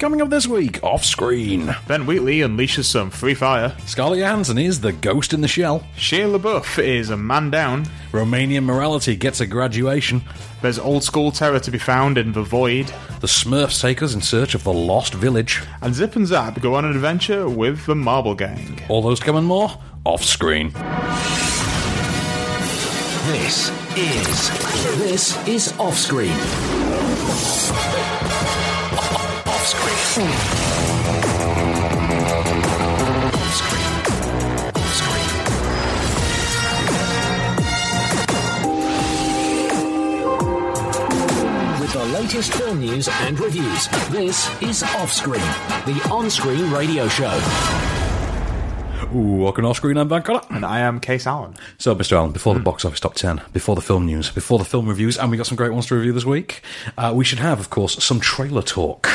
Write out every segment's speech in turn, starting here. Coming up this week, off screen, Ben Wheatley unleashes some free fire. Scarlett Johansson is the ghost in the shell. Shia LaBeouf is a man down. Romanian morality gets a graduation. There's old school terror to be found in the void. The Smurfs take us in search of the lost village. And Zip and Zap go on an adventure with the Marble Gang. All those to come and more off screen. This is this is off screen. Off screen. Off screen. Off screen. With the latest film news and reviews, this is off screen, the on-screen radio show. Ooh, welcome to off screen. I'm Van Connor. And I am Case Allen. So, Mr. Allen, before the box office top 10, before the film news, before the film reviews, and we got some great ones to review this week, uh, we should have, of course, some trailer talk.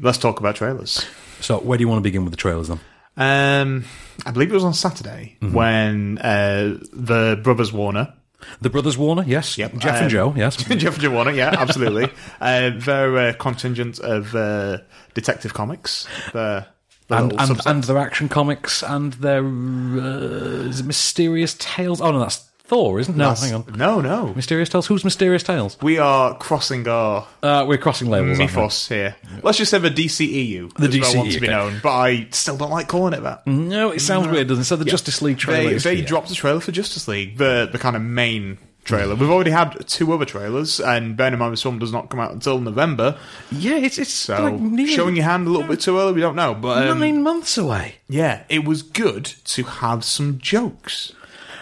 Let's talk about trailers. So, where do you want to begin with the trailers then? Um, I believe it was on Saturday when uh, the brothers Warner, The Brothers Warner, yes. uh, Jeff um, and Joe, yes. Jeff and Joe Warner, yeah, absolutely. uh, their uh, contingent of uh, Detective Comics, their, their and little and, subset. and their action comics and their uh, is it Mysterious Tales. Oh no, that's Thor, isn't it? No, That's- hang on. no, no, Mysterious Tales. Who's Mysterious Tales? we are crossing our Uh, we're crossing labels. aren't we? mythos here. Let's just say the E DCEU. The is what I want DCEU, to be okay. Mm-hmm. known, but I still don't like calling it that. No, it sounds weird, doesn't it? So the Justice League trailer. They, is they here. dropped the trailer for Justice League, the the kind of main trailer. We've already had two other trailers, and bear in mind this one does not come out until November, Yeah, it's it's so like nearly showing your hand a little bit too early. We don't know, but um, nine months away. yeah, it was good to have some jokes.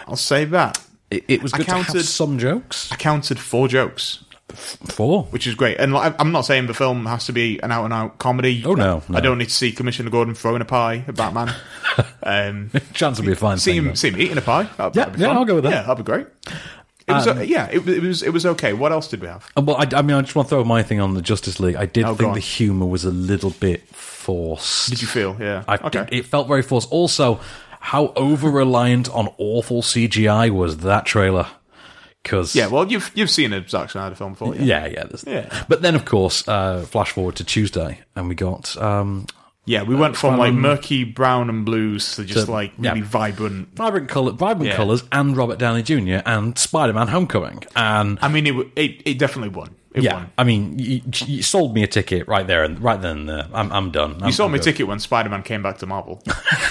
I'll say that. It, it was I good to counted- have some jokes. I counted four jokes. Four. which is great. And like, I'm not saying the film has to be an out and out comedy. Oh, no, no. I don't need to see Commissioner Gordon throwing a pie at Batman. um, Chance would be a fine see thing, him, though. see him eating a pie. That'd, Yeah, that'd be yeah, fun. I'll go with that. Um, Yeah, that'd be great. It was, uh, yeah, it, it was it was okay. What else did we have? Uh, Well, I, I mean, I just want to throw my thing on the Justice League. I did Oh, go think on. the humour was a little bit forced. Did you feel? Yeah. I, okay. It felt very forced. Also, how over reliant on awful CGI was that trailer? Because yeah. Well, you've you've seen a Zack Snyder film before. Yeah. yeah, yeah, there's- Yeah. But then, of course, uh, flash forward to Tuesday, and we got um, Yeah. We went from like um, murky brown and blues to just to- like yeah. really vibrant. vibrant color, vibrant Yeah. colors, and Robert Downey Jr. and Spider-Man: Homecoming, and I mean, it w- it, it definitely won. It yeah, won. I mean, you, you sold me a ticket right there and right then. And there. I'm, I'm done. You sold me a ticket when Spider Man came back to Marvel.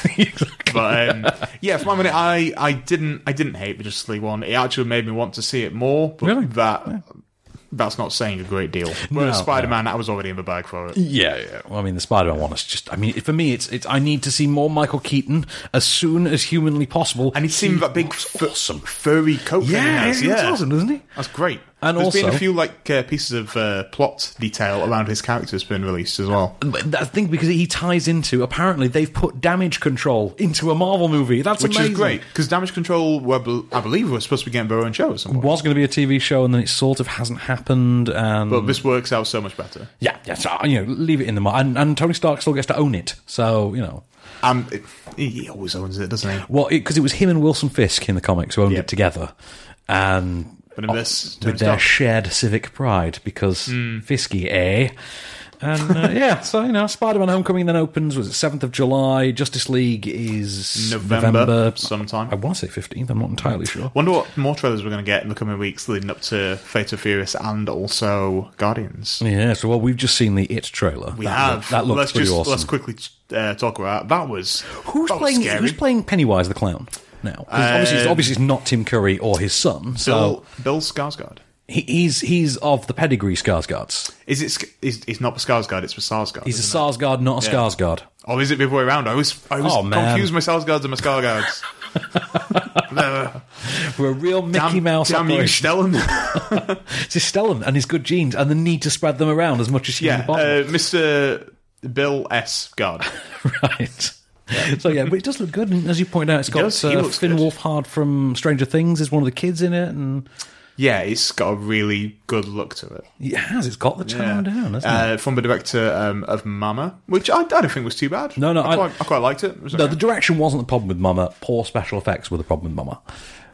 ticket. But um, yeah, for my money, I, I didn't I didn't hate the Justice League one. It actually made me want to see it more. But Really? that that's not saying a great deal. Whereas No, Spider Man, I was already in the bag for it. Yeah, yeah. Well, I mean, the Spider-Man one is just—I mean, for me, it's—it's. I need to see more Michael Keaton as soon as humanly possible. And he's seen that big looks fu- awesome. furry coat thing. he Yeah, has. he's awesome, isn't he? That's great. And There's been also- a few like uh, pieces of uh, plot detail around his character's been released as well. But That thing because he ties into apparently they've put damage control into a Marvel movie. That's Which amazing. is great because Damage Control, were, bel- I believe, were supposed to be getting their own show at some point. Was going to be a TV show and then it sort of hasn't happened. And But this works out so much better. yeah, yeah. So you know, leave it in the mar- and, and Tony Stark still gets to own it. So you know, Um, it, he always owns it, doesn't he? well, because it, was him and Wilson Fisk in the comics who owned Yeah. it together, and But in this, Tony Oh, with their Stark- shared civic pride because Hmm. Fisky, eh? And uh, yeah, so you know, Spider-Man: Homecoming then opens was it seventh of July? Justice League is November, November. sometime. I want to say fifteenth. I'm not entirely sure. Wonder what more trailers we're going to get in the coming weeks leading up to Fate of Furious and also Guardians. Yeah, so well, we've just seen the It trailer. We that, have. that looks let's pretty just, awesome. Let's quickly uh, talk about that. That was who's that was playing? Scary. Who's playing Pennywise the clown now? 'Cause obviously, it's, Um, obviously, it's not Tim Curry or his son. So Bill, Bill Skarsgård. he, he's he's of the pedigree Skarsgårds. Is it? Sk- Is it's not Skarsgård? It's for Sarsgard. He's a Sarsgaard, not a Yeah. Skarsgård. Or is it the other way around? I always, I always Oh, man. confuse my Sarsgards and my Skarsgards. Uh, We're a real Mickey damn, Mouse damn you, operation. Stellan. It's his Stellan and his good genes and the need to spread them around as much as yeah, humanly possible. uh, Mr. Bill S. Guard. right. So yeah, but it does look good, and as you point out, it's got does, he uh, looks Finn good. Wolfhard from Stranger Things is one of the kids in it, and Yeah, it's got a really good look to it. it has it's got the town Yeah. down, hasn't it? uh, from the director um, of Mama, which I, I don't think was too bad. No, no, I, I- quite, I quite liked it. It was No, okay. the direction wasn't the problem with Mama. Poor special effects were the problem with Mama.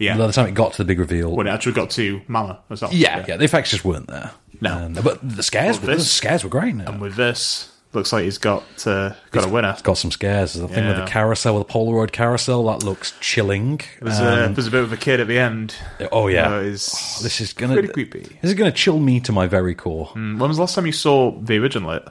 Yeah. By the time it got to the big reveal, when it actually got to Mama as well. yeah, yeah, the effects just weren't there. No. And- but the scares, Well, were, the this- Um, scares were great. Now. And with this, Looks like he's got uh, got a winner. It's got some scares. The thing with the Yeah. carousel, with the Polaroid carousel, that looks chilling. There's, a, Um, there's a bit of a kid at the end. oh yeah, Uh, it's this is gonna pretty creepy. Hmm. This is gonna chill me to my very core. When was the last time you saw the original? It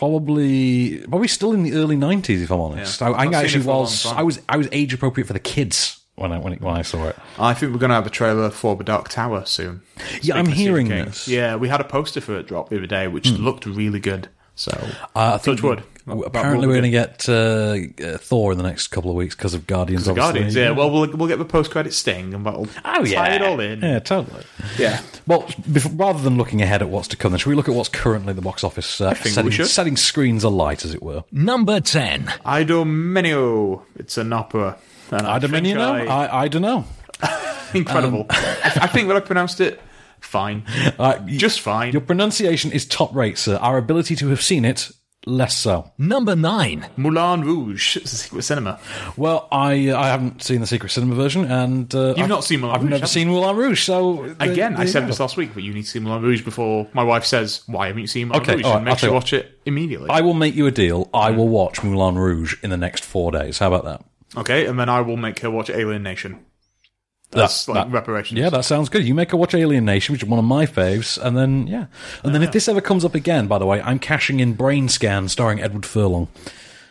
Probably, probably still in the early nineties. If I'm honest, Yeah. I, I I've seen actually it for a long was. time. I was. I was age appropriate for the kids when I when, it, when I saw it. I think we're going to have a trailer for The Dark Tower soon. Yeah, I'm Speaking of Stephen hearing King. this. Yeah, we had a poster for it drop the other day, which looked really good. So Uh, I think Touch wood. we- About Apparently, what we're we going to get uh, uh, Thor in the next couple of weeks because of Guardians. the obviously. Guardians. Yeah, well, we'll we'll get the post credit sting and that'll Oh yeah. tie it all in. Yeah, totally. Yeah. Well, bef rather than looking ahead at what's to come, then should we look at what's currently in the box office, uh, think we setting, should. setting screens alight, as it were? Number 10. Idomeneo. It's an opera. And I don't know. think I- I, I don't know. Incredible. I I think that I pronounced it fine. Um, Uh, y- Just fine. your pronunciation is top rate, sir. Our ability to have seen it, less so. Number 9. Moulin Rouge. It's a secret cinema. Well, I uh, I haven't seen the secret cinema version, and uh, I've, not seen Moulin I've Rouge, never have seen Moulin Rouge, so there- Again, I there said you this go. last week, but you need to see Moulin Rouge before my wife says, Why haven't you seen Moulin Okay, Rouge? all right, and I'll makes tell you you watch it immediately. I will make you a deal. I Mm. will watch Moulin Rouge in the next four days. How about that? okay, and then I will make her watch Alien Nation. That's That- like that- reparations. Yeah, that sounds good. You make her watch Alien Nation, which is one of my faves, and then yeah, and Ah. then if this ever comes up again, by the way, I'm cashing in Brain Scan starring Edward Furlong.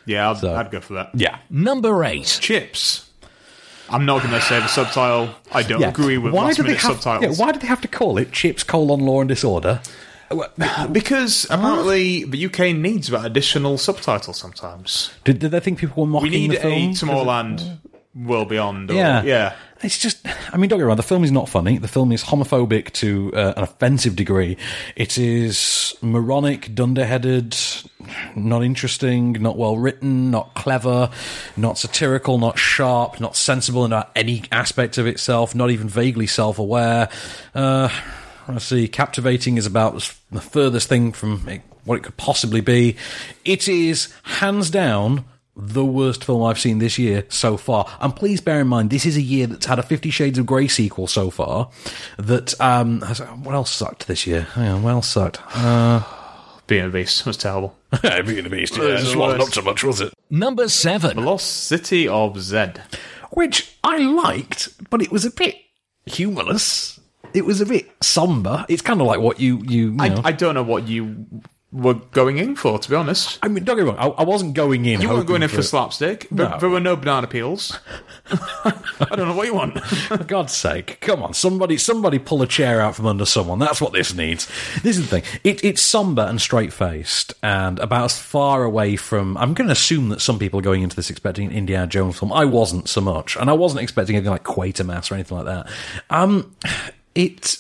Yeah, I'd, I'd go for that. Yeah, Number 8. Chips. I'm not going to say the subtitle. I don't yeah. agree with why last do they minute have? subtitles. Yeah, why do they have to call it Chips Colon Law and Disorder? Because apparently the UK needs that additional subtitle sometimes. Did, did they think people were We mocking need the film? a Tomorrowland World Beyond. Or, Yeah. yeah. Yeah. It's just, I mean, don't get me wrong, the film is not funny. The film is homophobic to uh, an offensive degree. It is moronic, dunderheaded, not interesting, not well written, not clever, not satirical, not sharp, not sensible in uh, any aspect of itself, not even vaguely self aware. Uh, let's see, captivating is about as- the furthest thing from it, what it could possibly be. It is hands down the worst film I've seen this year so far. And please bear in mind, this is a year that's had a Fifty Shades of Grey sequel so far. That um, has- what else sucked this year? Hang on, what else sucked? Being a Beast was terrible. Beauty and the Beast. Yeah, this wasn't up so much, was it? Number The 7. Lost City of Zed. Which I liked, but it was a bit humorless. It was a bit somber. It's kind of like what you you. you know. I, I don't know what you were going in for, to be honest. I mean, don't get me wrong. I, I wasn't going in. You weren't hoping going in it. for slapstick. There, No. there were no banana peels. I don't know what you want. For God's sake, come on! Somebody, somebody, pull a chair out from under someone. That's what this needs. This is the thing. It, it's somber and straight faced, and about as far away from. I'm going to assume that some people are going into this expecting an Indiana Jones film. I wasn't so much, and I wasn't expecting anything like Quatermass or anything like that. Um, it.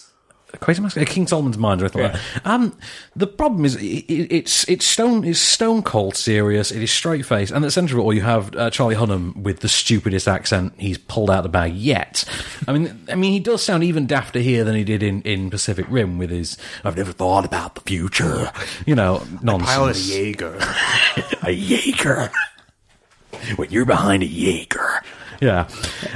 Quatermass, uh, King Solomon's Mines, or anything like that. Um, the problem is, i i it's it's stone it's stone cold serious. It is straight face, and at the centre of it all, you have uh, Charlie Hunnam with the stupidest accent he's pulled out of the bag yet. I mean, I mean, he does sound even dafter here than he did in, in Pacific Rim with his "I've never thought about the future," you know, nonsense. Jaeger. A Jaeger. When you're behind a Jaeger. Yeah.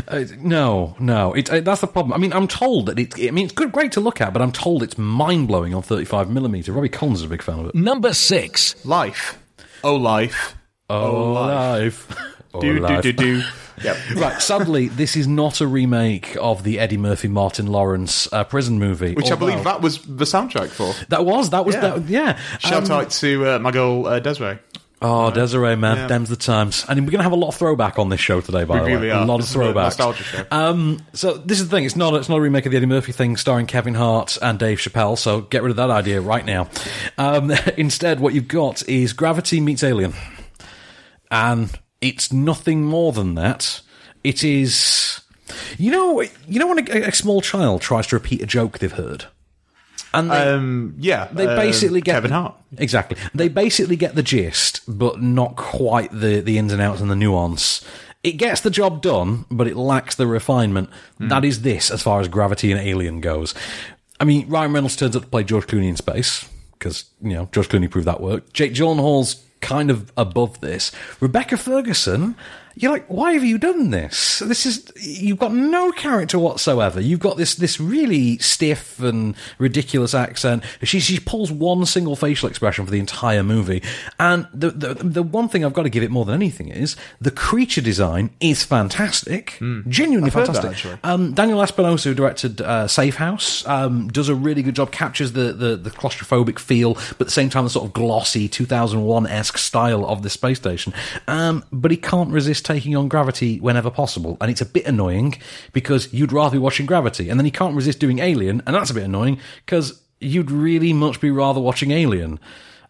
Uh, no, no. It, uh, that's the problem. I mean, I'm told that it's, I mean, it's good, great to look at, but I'm told it's mind blowing on 35mm. Robbie Collins is a big fan of it. Number 6. Life. Oh, life. Oh, life. Oh, Do, do, life. Oh, do, do. Yep. Right, sadly, this is not a remake of the Eddie Murphy Martin Lawrence uh, prison movie. Which I although- believe that was the soundtrack for. That was, that was, Yeah. that, yeah. Shout Um, out to uh, my girl uh, Desiree. Oh, Desiree, man, them's the times. And we're going to have a lot of throwback on this show today, by We the way. really are. A lot of This is a throwbacks. nostalgia show. Um, so this is the thing. It's not. It's not a remake of the Eddie Murphy thing, starring Kevin Hart and Dave Chappelle. So get rid of that idea right now. Um, instead, what you've got is Gravity meets Alien, and it's nothing more than that. It is. You know. You know when a, a small child tries to repeat a joke they've heard, and they, Um, yeah. they uh, basically get Kevin the- Hart. Exactly. They basically get the gist, but not quite the the ins and outs and the nuance. It gets the job done, but it lacks the refinement. Hmm. That is this as far as Gravity and Alien goes. I mean, Ryan Reynolds turns up to play George Clooney in space because you know George Clooney proved that worked. Jake Gyllenhaal's kind of above this. Rebecca Ferguson. you're like, why have you done this? This is you've got no character whatsoever. You've got this this really stiff and ridiculous accent. She she pulls one single facial expression for the entire movie. And the the, the one thing I've got to give it more than anything is the creature design is fantastic, genuinely Hmm. heard that, fantastic. actually. Um, Daniel Espinosa, who directed uh, Safe House, um, does a really good job, captures the, the, the claustrophobic feel, but at the same time, the sort of glossy 2001 esque style of the space station. Um, but he can't resist taking on gravity whenever possible. And it's a bit annoying because you'd rather be watching gravity. And then he can't resist doing Alien, and that's a bit annoying because you'd really much be rather watching Alien.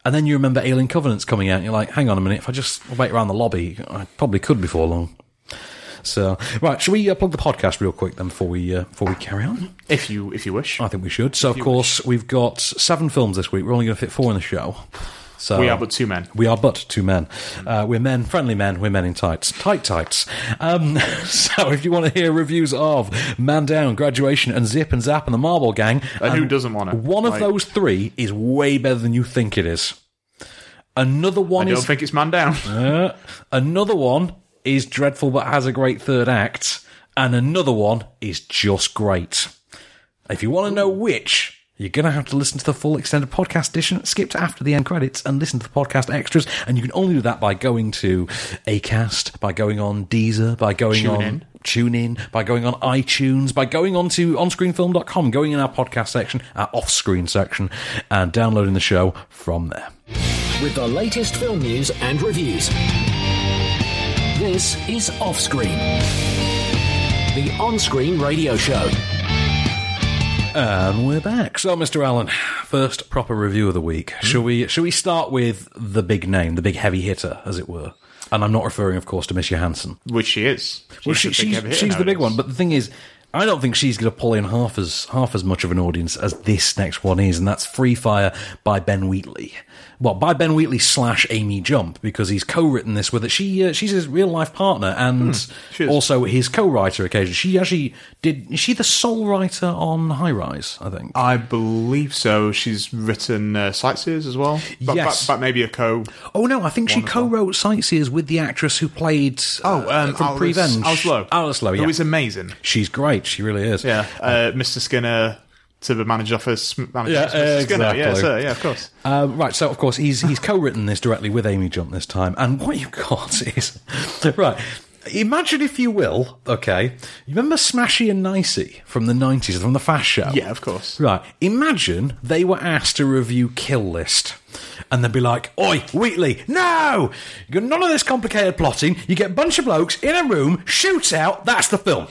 And then you remember Alien Covenant's coming out, and you're like, hang on a minute, if I just wait around the lobby, I probably could before long. So, right, shall we uh, plug the podcast real quick then before we uh, before we carry on? If you if you wish. I think we should. So, of course, we've got seven films this week. We're only going to fit four in the show. So We are but two men. We are but two men. Uh, we're men, friendly men. We're men in tights, tight tights. Um, so, if you want to hear reviews of Man Down, Graduation, and Zip and Zap and the Marble Gang, um, And who doesn't want it? One of Like- those three is way better than you think it is. Another I one don't is think it's man down. uh, another one is dreadful but has a great third act, and another one is just great. If you want to know which, you're going to have to listen to the full extended podcast edition, skip to after the end credits, and listen to the podcast extras. And you can only do that by going to Acast, by going on Deezer, by going Tune on in. tune in by going on iTunes, by going on to onscreenfilm.com, going in our podcast section, our off screen section, and downloading the show from there. with the latest film news and reviews. This is Offscreen, the on-screen radio show. And we're back. Hmm? So, Mr. Allen, first proper review of the week. Shall we? Shall we start with the big name, the big heavy hitter, as it were? And I'm not referring, of course, to Miss Johansson. Which she is. She's, Well, she, the big she's, heavy hitter she's the big one. nowadays. But the thing is, I don't think she's going to pull in half as half as much of an audience as this next one is, and that's Free Fire by Ben Wheatley. Well, by Ben Wheatley slash Amy Jump because he's co-written this with it. She uh, she's his real life partner and Hmm, she is. also his co-writer. Occasionally, she actually did. Is she the sole writer on High Rise? I think. I believe so. She's written uh, Sightseers as well. But, Yes. But, but maybe a co. Oh no, I think she co-wrote Sightseers with the actress who played uh, from Oh, um, Alice- Prevenge, Alice Lowe. Alice Lowe, yeah. Who is amazing. She's great. She really is. Yeah. Uh, Mr. Skinner to the manager's office. Manager's Yeah, Mr. Skinner. Yeah, exactly. so, yeah, of course. Uh, right, so of course he's he's co-written this directly with Amy Jump this time, and what you've got is right. Imagine if you will, okay. You remember Smashy and Nicey from the nineties, from the Fast Show. Yeah, of course. Right. Imagine they were asked to review Kill List, and they'd be like, "Oi, Wheatley, no! You got none of this complicated plotting. You get a bunch of blokes in a room, shoots out. That's the film."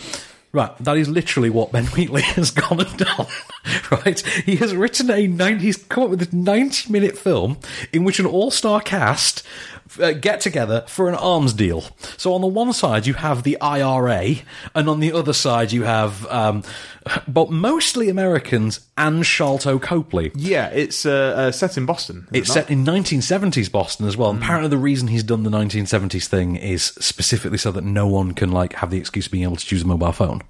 Right, that is literally what Ben Wheatley has gone and done. Right, he has written a nine. He's come up with this ninety-minute film in which an all-star cast uh, get together for an arms deal. So on the one side you have the IRA, and on the other side you have, um, but mostly Americans and Sharlto Copley. Yeah, it's uh, uh, set in Boston. is it It's not? set in 1970s Boston as Hmm. well. And apparently, the reason he's done the 1970s thing is specifically so that no one can like have the excuse of being able to use a mobile phone.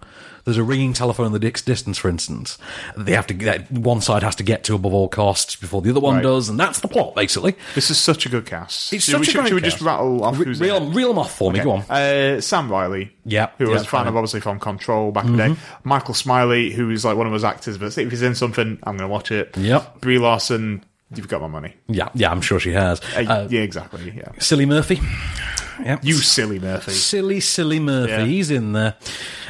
There's a ringing telephone in the dis- distance, for instance. They have to that one side has to get to above all costs before the other one Right. does, and that's the plot basically. This is such a good cast. It's Should such we, a should- great should we cast. just rattle off Re- who's in reel, it? them- reel them off for me. Go on. Uh, Sam Riley, Yeah, who was yeah, Mm-hmm. a fan Riley. of obviously from Control back in the day. Michael Smiley, who is like one of those actors, but if he's in something, I'm going to watch it. Yep. Brie Larson, you've got my money. Yeah, yeah, I'm sure she has. Uh, Uh, yeah, exactly. Yeah, Silly Murphy. Yeah. you silly Murphy. silly, silly Murphy. Yeah. He's in there.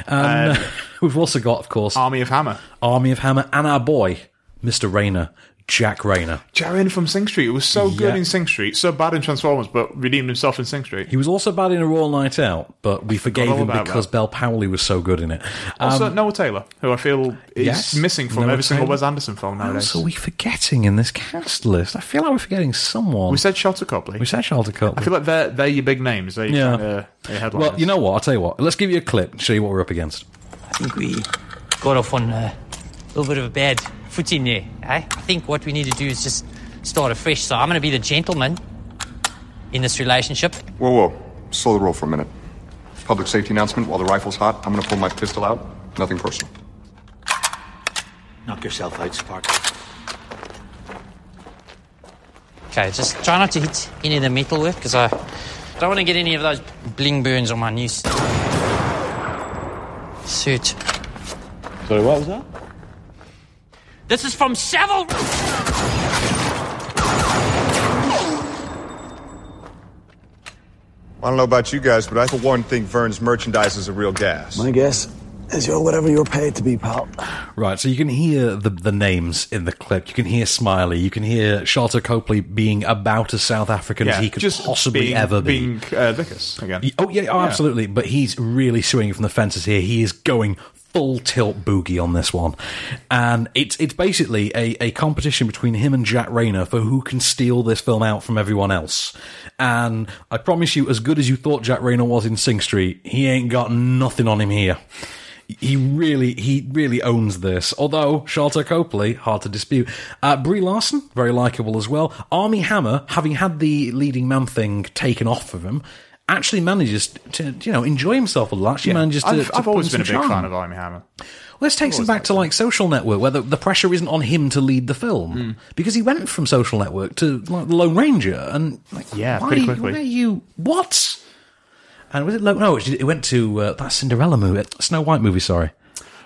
Um, we've also got, of course, Army of Hammer. Army of Hammer and our boy, Mr. Rayner, Jack Rayner. Jaren from Sing Street. It was so good Yeah. in Sing Street, so bad in Transformers, but redeemed himself in Sing Street. He was also bad in A Royal Night Out, but we forgave all him about because that. Oh, Belle Powley was so good in it. Um, also, Noah Taylor, who I feel is yes, missing from Noah every single Taylor. Wes Anderson film nowadays. Else are we forgetting in this cast list? I feel like we're forgetting someone. We said Shelter Copley. we said Charlotte I feel like they're they're your big names. They, Yeah. yeah. uh, they headliners. Well, you know what? I'll tell you what. Let's give you a clip and show you what we're up against. think we got off on a little bit of a bad footing there. Eh? I think what we need to do is just start afresh. So I'm going to be the gentleman in this relationship. Whoa, whoa. Slow the roll for a minute. Public safety announcement while the rifle's hot. I'm gonna pull my pistol out. Nothing personal. Knock yourself out, Spark. Okay, just try not to hit any of the metalwork because I I don't want to get any of those bling burns on my new s- suit. Sorry, what was that? This is from Savile. I don't know about you guys, but I for one think Vern's merchandise is a real gas. My guess is you're whatever you're paid to be, pal. Right, so you can hear the the names in the clip. You can hear Smiley. You can hear Charlotte Copley being about as South African as he could possibly being, ever be. being uh, Vickers again. Y- Oh yeah, oh, absolutely. But he's really swinging from the fences here. He is going full tilt boogie on this one, and it's it's basically a, a competition between him and Jack Rayner for who can steal this film out from everyone else. And I promise you, as good as you thought Jack Rayner was in Sing Street, he ain't got nothing on him here. He really, he really owns this. Although Charlotte Copley, hard to dispute. Uh, Brie Larson, very likable as well. Army Hammer, having had the leading man thing taken off of him, actually manages to you know enjoy himself a lot. Actually manages to. I've, to I've put always in been a big some charm. fan of Army Hammer. Let's take us back to like Social Network, where the, the pressure isn't on him to lead the film Hmm. because he went from Social Network to like the Lone Ranger, and like Yeah, why are pretty you- quickly. why are you what? And was it Lone? No, it it went to uh, that Cinderella movie, Snow White movie. Sorry.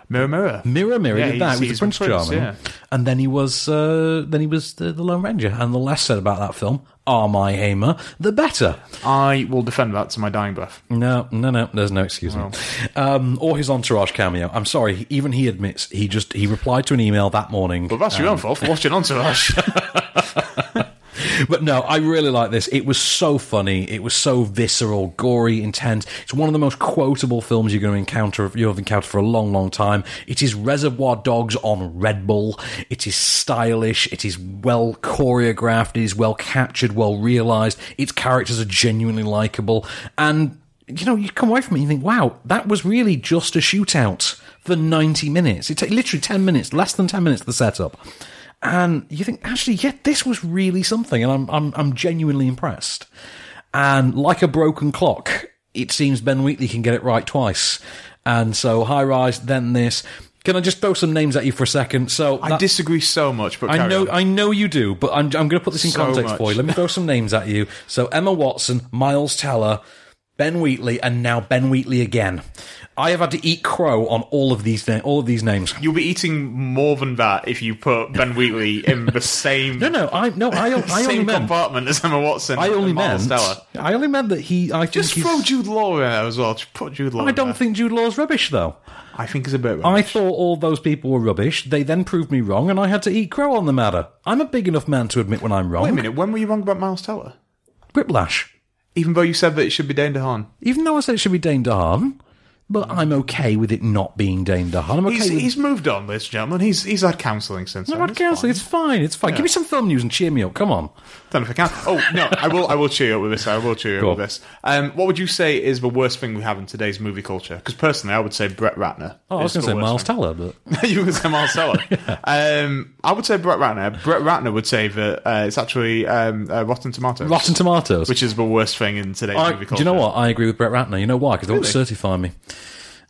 Mirror, mirror. Mirror, mirror, Yeah, did that. he's- He was he's the Prince Prince, Charming, yeah. and then he was uh, then he was the, the Lone Ranger. And the less said about that film, "Are my Hamer," the better. I will defend that to my dying breath. No, no, no. There's no excuse. Oh. me. Um, or his entourage cameo. I'm sorry. he- Even he admits he just he replied to an email that morning. But that's your own fault for watching Entourage. But no, I really like this. It was so funny. It was so visceral, gory, intense. It's one of the most quotable films you're going to encounter. You have encountered for a long, long time. It is Reservoir Dogs on Red Bull. It is stylish. It is well choreographed. It is well captured. Well realized. Its characters are genuinely likable. And you know, you come away from it and you think, wow, that was really just a shootout for 90 minutes. It took literally 10 minutes, less than 10 minutes, the setup and you think actually yeah this was really something and i'm i'm, I'm genuinely impressed and like a broken clock it seems ben wheatley can get it right twice and so high rise then this can i just throw some names at you for a second so I that- disagree so much, but I carry know, on. I know you do, but I'm, I'm going to put this in So context much. for you. Let me throw some names at you. So Emma Watson, Miles Teller, Ben Wheatley, and now Ben Wheatley again. I have had to eat crow on all of these, na- all of these names. You'll be eating more than that if you put Ben Wheatley in the same No, no, I no, I, I only same meant compartment as Emma Watson. I only and Miles meant. Teller. I only meant that he. I think Just he's- throw Jude Law in there as well. Just put Jude Law. I in don't there. think Jude Law's rubbish though. I think it's a bit. I rubbish. thought all those people were rubbish. They then proved me wrong, and I had to eat crow on the matter. I'm a big enough man to admit when I'm wrong. Wait a minute. When were you wrong about Miles Teller? Griplash. Even though you said that it should be Dane DeHaan. Even though I said it should be Dane DeHaan, but I'm okay with it not being Dane DeHaan. I'm okay He's, with he's moved on, ladies and gentlemen. He's he's had counselling since. No, then. I'd It's cancel. fine. It's fine. It's fine. Give me some film news and cheer me up. Come on. Don't know if I can. Oh no, I will. I will cheer you up with this. I will cheer you Go up on. with this. Um, what would you say is the worst thing we have in today's movie culture? Because personally, I would say Brett Ratner. Oh, I was going to say Miles Teller, but Teller. you were going to say Miles Teller. um, I would say Brett Ratner. Brett Ratner would say that uh, it's actually um, uh, Rotten Tomatoes. Rotten Tomatoes. which is the worst thing in today's I, movie do culture. you know what? I agree with Brett Ratner. You know why? Because they won't Really? certify me,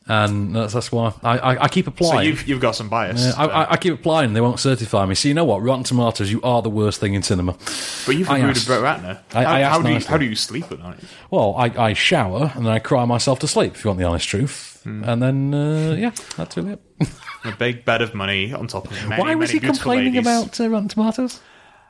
and that's, that's why I, I, I keep So applying. you've, you've got some bias, um, Yeah, I, I, I keep applying, they won't certify me. So you know what? Rotten Tomatoes, you are the worst thing in cinema. but you've I agreed with asked- Brett Ratner. I- I asked how, how do you, nicely. how do you sleep at night? Well, I, I shower and then I cry myself to sleep. If you want the honest truth, Hmm. and then uh, yeah, that's really it. A big bed of money on top of many, Why was many he beautiful complaining ladies. about uh, Rotten Tomatoes?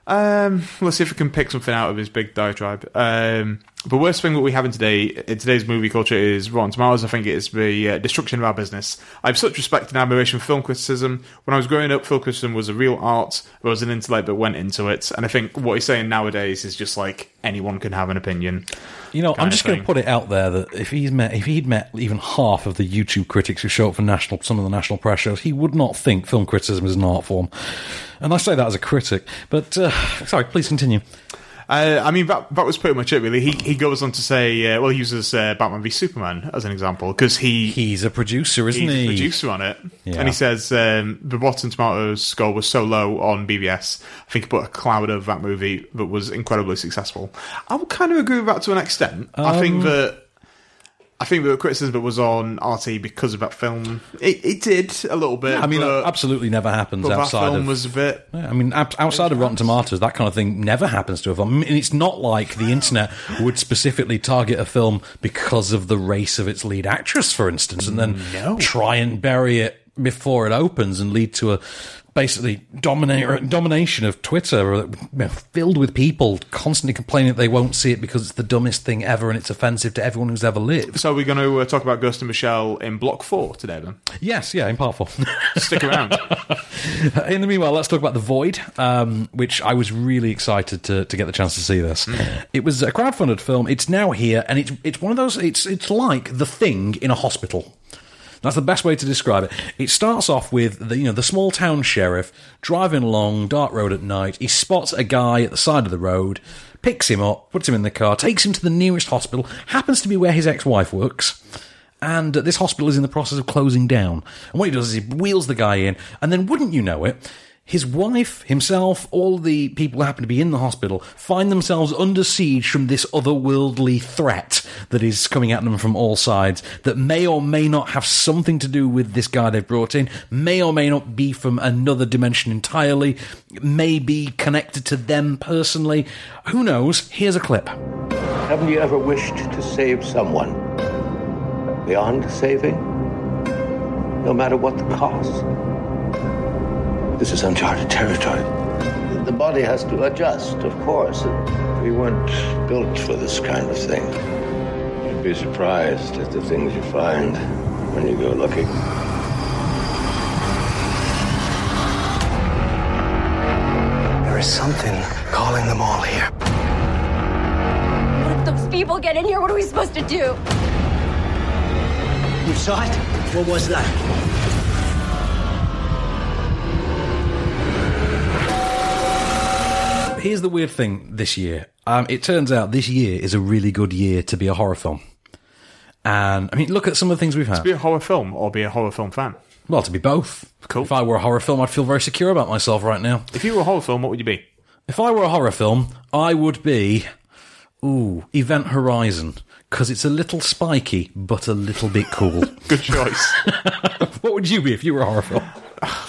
Um, let's see if we can pick something out of his big diatribe. Um, the worst thing that we have in today in today's movie culture is Rotten Tomatoes. I think it is the uh, destruction of our business. I have such respect and admiration for film criticism. When I was growing up, film criticism was a real art. There was an intellect that went into it, and I think what he's saying nowadays is just like anyone can have an opinion. You know, I'm of just going thing. to put it out there that if he's met, if he'd met even half of the YouTube critics who show up for national, some of the national press shows, he would not think film criticism is an art form. And I say that as a critic, but uh, sorry, please continue. Uh, I mean, that, that was pretty much it, really. He he goes on to say, uh, well, he uses uh, Batman v Superman as an example because he He's a producer, isn't he's he? the producer on it, Yeah. and he says um, the Rotten Tomatoes score was so low on BBS. I think he put a cloud over that movie that Um, was incredibly successful. I would kind of agree with that to an extent. I think that. I think the criticism that was on RT because of that film. It, it did a little bit. I mean, but, that absolutely never happens but that outside film of. was a bit. Yeah, I mean, ab- outside of Rotten Tomatoes, that kind of thing never happens to a film. I mean, it's not like the internet would specifically target a film because of the race of its lead actress, for instance, and then try and bury it before it opens and lead to a basically dominator, domination of Twitter you know, filled with people constantly complaining that they won't see it because it's the dumbest thing ever and it's offensive to everyone who's ever lived. So we're going to uh, talk about Ghost and Michelle in Block Four today. Then Yes, yeah, in part four. stick around. In the meanwhile, let's talk about The Void, um, which I was really excited to, to get the chance to see this. It was a crowdfunded film. It's now here, and it's it's one of those. It's it's like The Thing in a hospital. That's the best way to describe it. It starts off with the you know the small town sheriff driving along dark road at night. He spots a guy at the side of the road, picks him up, puts him in the car, takes him to the nearest hospital. Happens to be where his ex-wife works and uh, this hospital is in the process of closing down. And what he does is he wheels the guy in, and then wouldn't you know it, his wife, himself, all the people who happen to be in the hospital find themselves under siege from this otherworldly threat that is coming at them from all sides that may or may not have something to do with this guy they've brought in, may or may not be from another dimension entirely, may be connected to them personally. Who knows? Here's a clip. Haven't you ever wished to save someone? Beyond saving? No matter what the cost. This is uncharted territory. The body has to adjust, of course. We weren't built for this kind of thing. You'd be surprised at the things you find when you go looking. There is something calling them all here. If those people get in here, what are we supposed to do? You saw it? What was that? Here's the weird thing this year. Um, it turns out this year is a really good year to be a horror film. And I mean, look at some of the things we've had. be a horror film or be a horror film fan. Well, to be both. Cool. If I were a horror film, I'd feel very secure about myself right now. If you were a horror film, what would you be? If I were a horror film, I would be, ooh, Event Horizon. Because it's a little spiky, but a little bit cool. Good choice. what would you be if you were a horror film?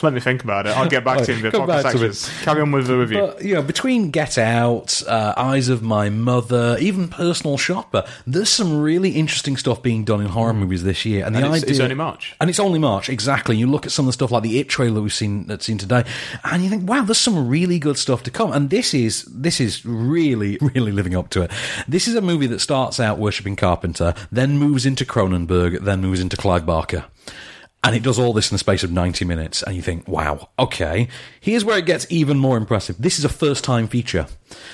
Let me think about it. I'll get back to you in the Come focus back to sections. Carry on with the review. But, you know, between Get Out, uh, Eyes of My Mother, even Personal Shopper, there's some really interesting stuff being done in horror movies this year. And, the Hmm. it's- idea, it's only March. and it's only March exactly. You look at some of the stuff like the It trailer we've seen that's seen today, and you think, wow, there's some really good stuff to come. And this is this is really really living up to it. This is a movie that starts out worshiping Carpenter, then moves into Cronenberg, then moves into Clive Barker. And it does all this in the space of 90 minutes, and you think, wow, okay. Here's where it gets even more impressive. This is a first time feature.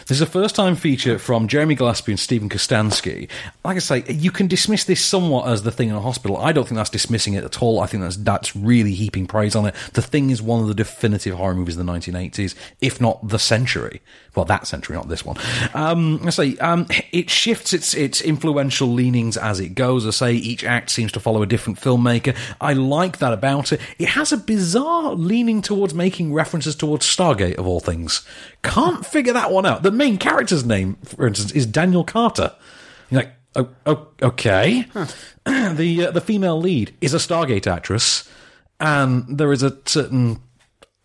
This is a first time feature from Jeremy Gillespie and Stephen Kostansky. Like I say, you can dismiss this somewhat as the thing in a hospital. I don't think that's dismissing it at all. I think that's, that's really heaping praise on it. The thing is one of the definitive horror movies of the 1980s, if not the century. Well, that century, not this one. Um, I say, um, it shifts its, its influential leanings as it goes. I say, each act seems to follow a different filmmaker. I like that about it. It has a bizarre leaning towards making references towards Stargate, of all things. Can't figure that one out. The main character's name, for instance, is Daniel Carter. You're like, oh, oh okay. the, uh, the female lead is a Stargate actress, and there is a certain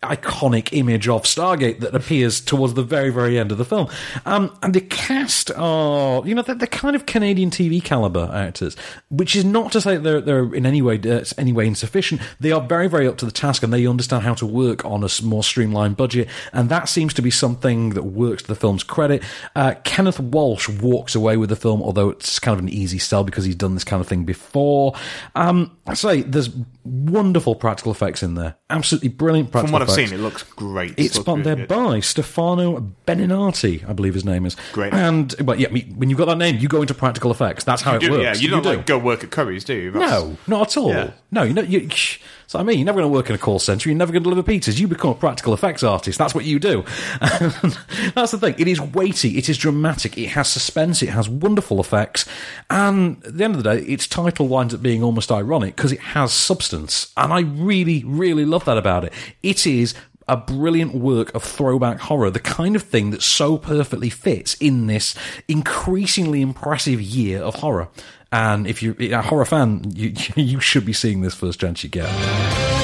iconic image of Stargate that appears towards the very, very end of the film. Um, and the cast are, you know, they're, they're kind of Canadian TV caliber actors, which is not to say they're, they're in any way, uh, any way insufficient. They are very, very up to the task and they understand how to work on a s- more streamlined budget. And that seems to be something that works to the film's credit. Uh, Kenneth Walsh walks away with the film, although it's kind of an easy sell because he's done this kind of thing before. Um, I say there's wonderful practical effects in there. Absolutely brilliant practical From what I've effects. seen, it looks great. It's looks spun really there good. by Stefano Beninati, I believe his name is. Great. And but yeah, I mean, when you've got that name, you go into practical effects. That's how it You- works. yeah, you don't do. like go work at Curry's, do you? That's- No, not at all. Yeah. No, you know, you, so I mean, you're never going to work in a call centre. You're never going to deliver pizzas. You become a practical effects artist. That's what you do. That's the thing. It is weighty. It is dramatic. It has suspense. It has wonderful effects. And at the end of the day, its title winds up being almost ironic because it has substance. And I really, really love that about it. It is a brilliant work of throwback horror, the kind of thing that so perfectly fits in this increasingly impressive year of horror. And if you're a horror fan, you, you should be seeing this first chance you get.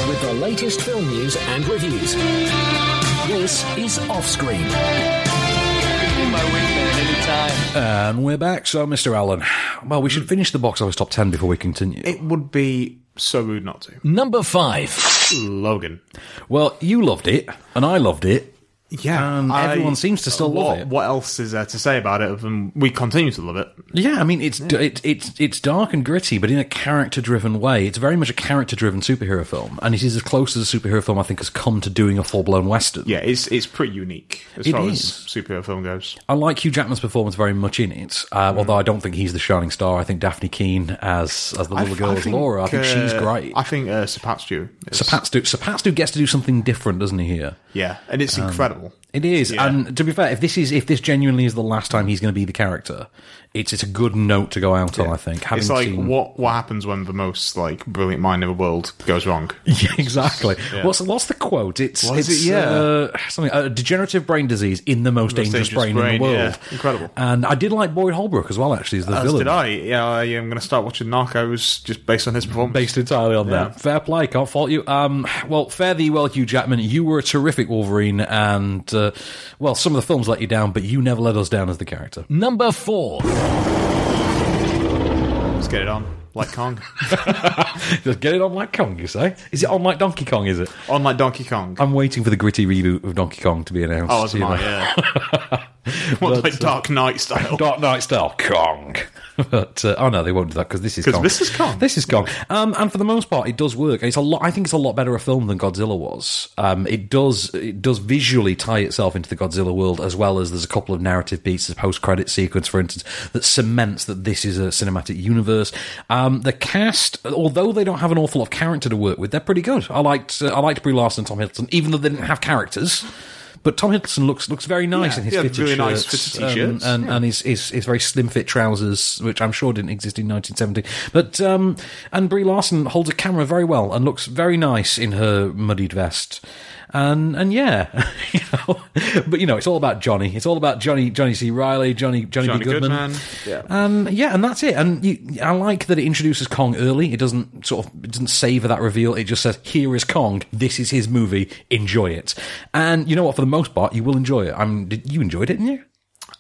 With the latest film news and reviews, this is Offscreen. And we're back. So, Mr. Allen, well, we should finish the box office top 10 before we continue. It would be so rude not to. Mm. Number five. Logan. Well, you loved it, and I loved it. Yeah, and I- everyone seems to still what, love it. What else is there to say about it? Other than we continue to love it. Yeah, I mean it's it, it's it's dark and gritty, but in a character-driven way. It's very much a character-driven superhero film, and it is as close as a superhero film I think has come to doing a full-blown western. Yeah, it's it's pretty unique as It far is. as superhero film goes. I like Hugh Jackman's performance very much in it, uh, although I don't think he's the shining star. I think Daphne Keane as as the little girl is Laura. I think she's uh, great. I think uh, Sir Pat Stew. is- Sir Pat Stu, Sir Pat Stu gets to do something different, doesn't he? Here, Yeah, and Um, it's incredible. It is, Yeah. and to be fair, if this is if this genuinely is the last time he's going to be the character, it's it's a good note to go out on. I think having It's like seen what what happens when the most like brilliant mind in the world goes wrong. Yeah, exactly. What's what's the quote? It's What is it's it? Yeah. uh, something uh, degenerative brain disease in the most, dangerous, dangerous brain, in brain, the world. yeah. Incredible. And I did like Boyd Holbrook as well. Actually, as the As villain. did I. Yeah, I am going to start watching Narcos just based on his performance. Based entirely on Yeah. that. Fair play, can't fault you. Um, well, fare thee well, Hugh Jackman. You were a terrific Wolverine, and uh, well, some of the films let you down, but you never let us down as the character. Number four. Let's get it on. Like Kong. Just get it on like Kong, you say? Is it on like Donkey Kong? Is it? on like Donkey Kong. I'm waiting for the gritty reboot of Donkey Kong to be announced. oh, it's you know. mine, yeah. What, But, like uh, Dark Knight style. Dark Knight style Kong. But uh, oh no, they won't do that because this is 'Cause Kong. this is Kong. This is Kong. Um, and for the most part, it does work. It's a lot. I think it's a lot better a film than Godzilla was. Um, it does it does visually tie itself into the Godzilla world as well as there's a couple of narrative beats, the post credit sequence, for instance, that cements that this is a cinematic universe. Um, the cast, although they don't have an awful lot of character to work with, they're pretty good. I liked uh, I liked Brie Larson, and Tom Hiddleston, even though they didn't have characters. But Tom Hiddleston looks looks very nice Yeah, in his he had fitted really nice shirts, fitted um, t-shirts, and, yeah. and his, his his very slim fit trousers, which I'm sure didn't exist in 1970. But um, and Brie Larson holds a camera very well and looks very nice in her muddied vest. And and yeah, you know, but you know it's all about Johnny. It's all about Johnny Johnny C. Riley, Johnny Johnny, Johnny B. Goodman. Goodman, yeah. Um, yeah, and that's it. And you, I like that it introduces Kong early. It doesn't sort of it doesn't savor that reveal. It just says, "Here is Kong. This is his movie. Enjoy it." And you know what? For the most part, you will enjoy it. I'm. Did, you enjoyed it, didn't you?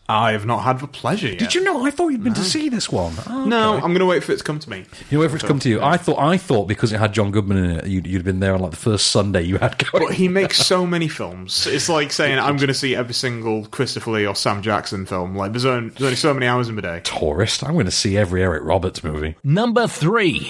I have not had the pleasure yet. Did you know? I thought you'd been to see this one. Oh, No, I'm going to wait for it to come to me. You know, wherever it's come to you, I thought I thought because it had John Goodman in it, you'd, you'd been there on like the first Sunday you had going. But he makes so many films. It's like saying I'm going to see every single Christopher Lee or Sam Jackson film. Like there's only, there's only so many hours in the day. Tourist. I'm going to see every Eric Roberts movie. Number three.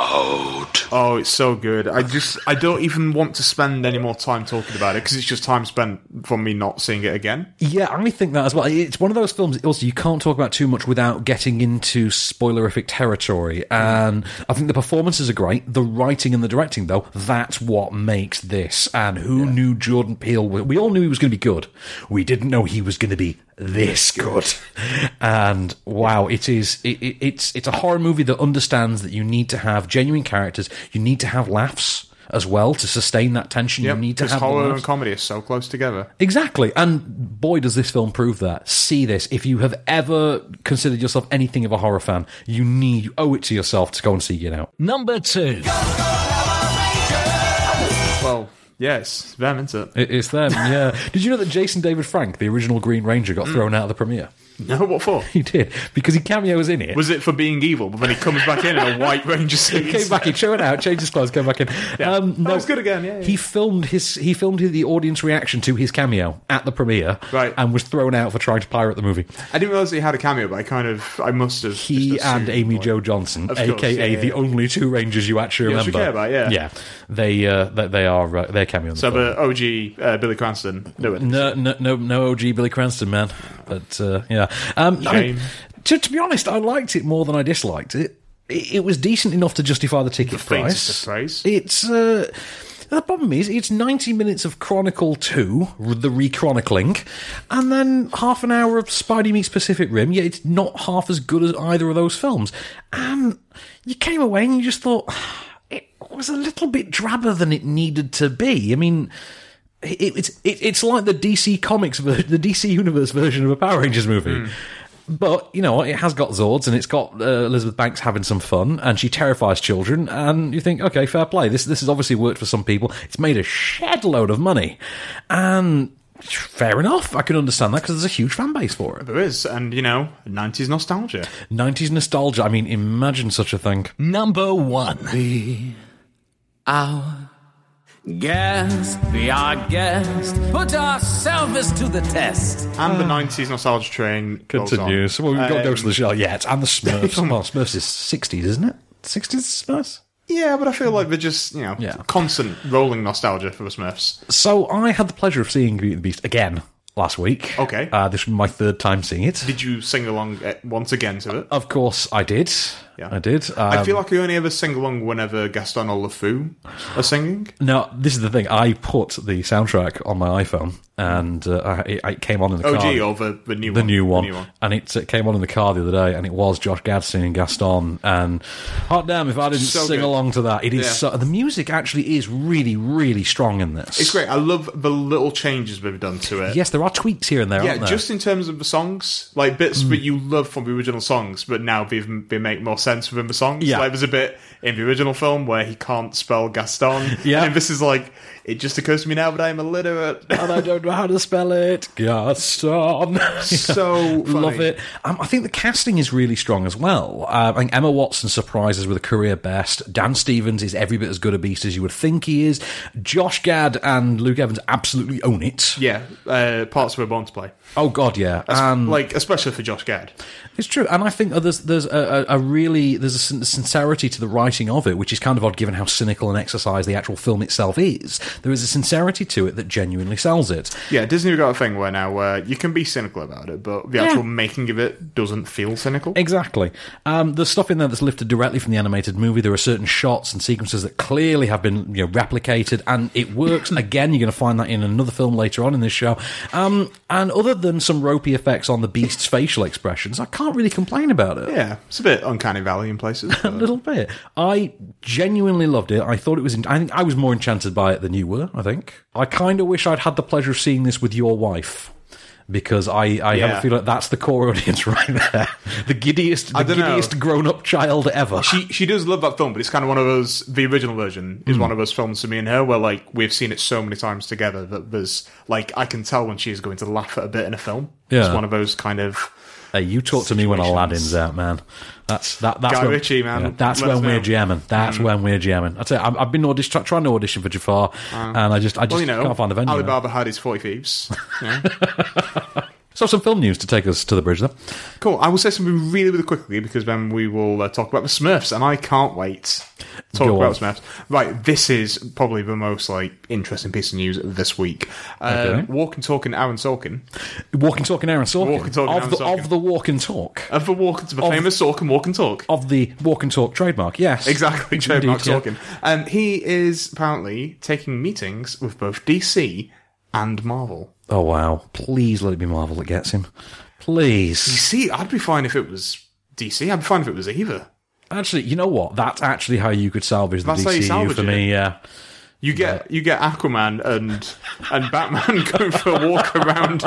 Oh, it's so good. I just I don't even want to spend any more time talking about it because it's just time spent from me not seeing it again. Yeah, I think that as well. It's one of those films. Also, you can't talk about too much without getting into spoilerific territory. And I think the performances are great. The writing and the directing, though, that's what makes this. And who knew Jordan Peele? We we all knew he was going to be good. We didn't know he was going to be this good. And wow, it is. It, it, it's it's a horror movie that understands that you need to have genuine characters. You need to have laughs as well to sustain that tension. Yep, you need to because have horror laughs. and comedy are so close together. Exactly. And boy, does this film prove that. See this. If you have ever considered yourself anything of a horror fan, you need, you owe it to yourself to go and see Get Out. Number two. Well, yes, them, isn't it? It- It's them, yeah. Did you know that Jason David Frank, the original Green Ranger, Mm. got thrown out of the premiere? No, what for? He did, because he cameos in it. Was it for being evil? But then he comes back in in a white ranger suit. He came back. He showed out, changed his clothes, came back in. Um, Oh, it's good again, yeah, yeah. He filmed his. He filmed the audience reaction to his cameo at the premiere, Right. and was thrown out for trying to pirate the movie. I didn't realize he had a cameo, but I kind of I must have. he just assumed, and Amy like- Jo Johnson, Of course, aka yeah, yeah, the yeah. only two Rangers you actually You remember. actually care about, yeah. they uh, they, they are uh, they're cameo. In the So film. the OG uh, Billy Cranston doing. no, no, no, no, OG Billy Cranston, man. But uh, yeah, um, I- Shame. to, to be honest, I liked it more than I disliked it. It, it was decent enough to justify the ticket faintest price. of praise. It's. Uh, the problem is, it's 90 minutes of Chronicle 2, the rechronicling, and then half an hour of Spidey meets Pacific Rim, yet it's not half as good as either of those films. And you came away and you just thought, it was a little bit drabber than it needed to be. I mean, it, it's it, it's like the DC comics, ver- the DC universe version of a Power Rangers movie. But you know what? It has got Zords, and it's got uh, Elizabeth Banks having some fun, and she terrifies children. And you think, okay, fair play. This this has obviously worked for some people. It's made a shed load of money, and fair enough. I can understand that because there's a huge fan base for it. There is, and you know, 90s nostalgia. 90s nostalgia. I mean, imagine such a thing. Number one. Be our guest, be our guest, put our service to the test. And the 90s nostalgia train goes on. Continues. Well, we've got Ghost in Um, the Shell yet, and the Smurfs. well, Smurfs is 60s, isn't it? 60s Smurfs? Yeah, but I feel like they're just, you know, Yeah. constant rolling nostalgia for the Smurfs. So I had the pleasure of seeing Beauty and the Beast again last week. Okay. Uh, this was my third time seeing it. Did you sing along uh, once again to it? Of course, I did. Yeah. I did. I Um, feel like I only ever sing along whenever Gaston or LeFou are singing. Now, this is the thing. I put the soundtrack on my iPhone, and uh, I, it- it came on in the OG car. or uh, the, the oh, new the one. new one, and it, it came on in the car the other day, and it was Josh Gad singing Gaston, and hot damn if I didn't So sing good. along to that. It is Yeah. so, the music actually is really, really strong in this. It's great. I love the little changes they've done to it. Yes, there are tweaks here and there, Yeah, aren't there? Mm. just in terms of the songs, like bits that you love from the original songs, but now they've, they make more sense within the songs. Yeah. Like there's a bit in the original film where he can't spell Gaston. Yeah. And this is like, it just occurs to me now that I'm illiterate. and I don't know how to spell it. Gaston. so funny. Love it. Um, I think the casting is really strong as well. Uh, I think Emma Watson surprises with a career best. Dan Stevens is every bit as good a beast as you would think he is. Josh Gad and Luke Evans absolutely own it. Yeah, uh, parts we're born to play. Oh God, yeah. And like, especially for Josh Gad. It's true, and I think there's there's a, a a really there's a sin- sincerity to the writing of it, which is kind of odd given how cynical an exercise the actual film itself is. There is a sincerity to it that genuinely sells it. Yeah, Disney have got a thing where now where you can be cynical about it, but the actual making of it doesn't feel cynical. Exactly. Um, there's stuff in there that's lifted directly from the animated movie. There are certain shots and sequences that clearly have been you know, replicated, and it works. Again, you're going to find that in another film later on in this show. Um, and other than some ropey effects on the beast's facial expressions, I can't really complain about it. Yeah, it's a bit uncanny valley in places. A but- little bit. I genuinely loved it. I thought it was. I think I was more enchanted by it than you were. I think. I kind of wish I'd had the pleasure of seeing this with your wife. Because I, I have Yeah. a feeling that's the core audience right there. The giddiest, the I dunno. giddiest grown up child ever. she she does love that film, but it's kind of one of those. The original version Hmm. is one of those films to me and her where like we've seen it so many times together that there's like I can tell when she's going to laugh at a bit in a film. It's Yeah. one of those kind of. Hey, you talk to me when Situations. Aladdin's out, man. That's that. That's Guy when, Ritchie, man. Mm. that's Let us when we're know. jamming. That's when we're jamming. I tell you, I- I've been audition, try, trying to audition for Jafar, and I just, I just Well, you know, can't find the venue. man. Alibaba had his forty thieves. Yeah. So some film news to take us to the bridge, then. Cool. I will say something really, really quickly because then we will uh, talk about the Smurfs, and I can't wait. to Talk Go about on. Smurfs. Right, this is probably the most like interesting piece of news this week. Um, Okay. Walk and Talk and Aaron Sorkin Walking, talking, Aaron Sorkin. Walk and Talk, of Aaron the Sorkin. of the walk and talk of the Walk the Of- famous Sorkin Walk and Talk. of the walk and talk trademark. Yes, Exactly, trademark Indeed, yeah. Sorkin. Um, he is apparently taking meetings with both DC and Marvel. Oh wow! Please let it be Marvel that gets him. Please. DC, I'd be fine if it was DC. I'd be fine if it was either. Actually, you know what? That's actually how you could salvage the That's how you DCU salvage for it. me. Yeah. You get you get Aquaman and and Batman going for a walk around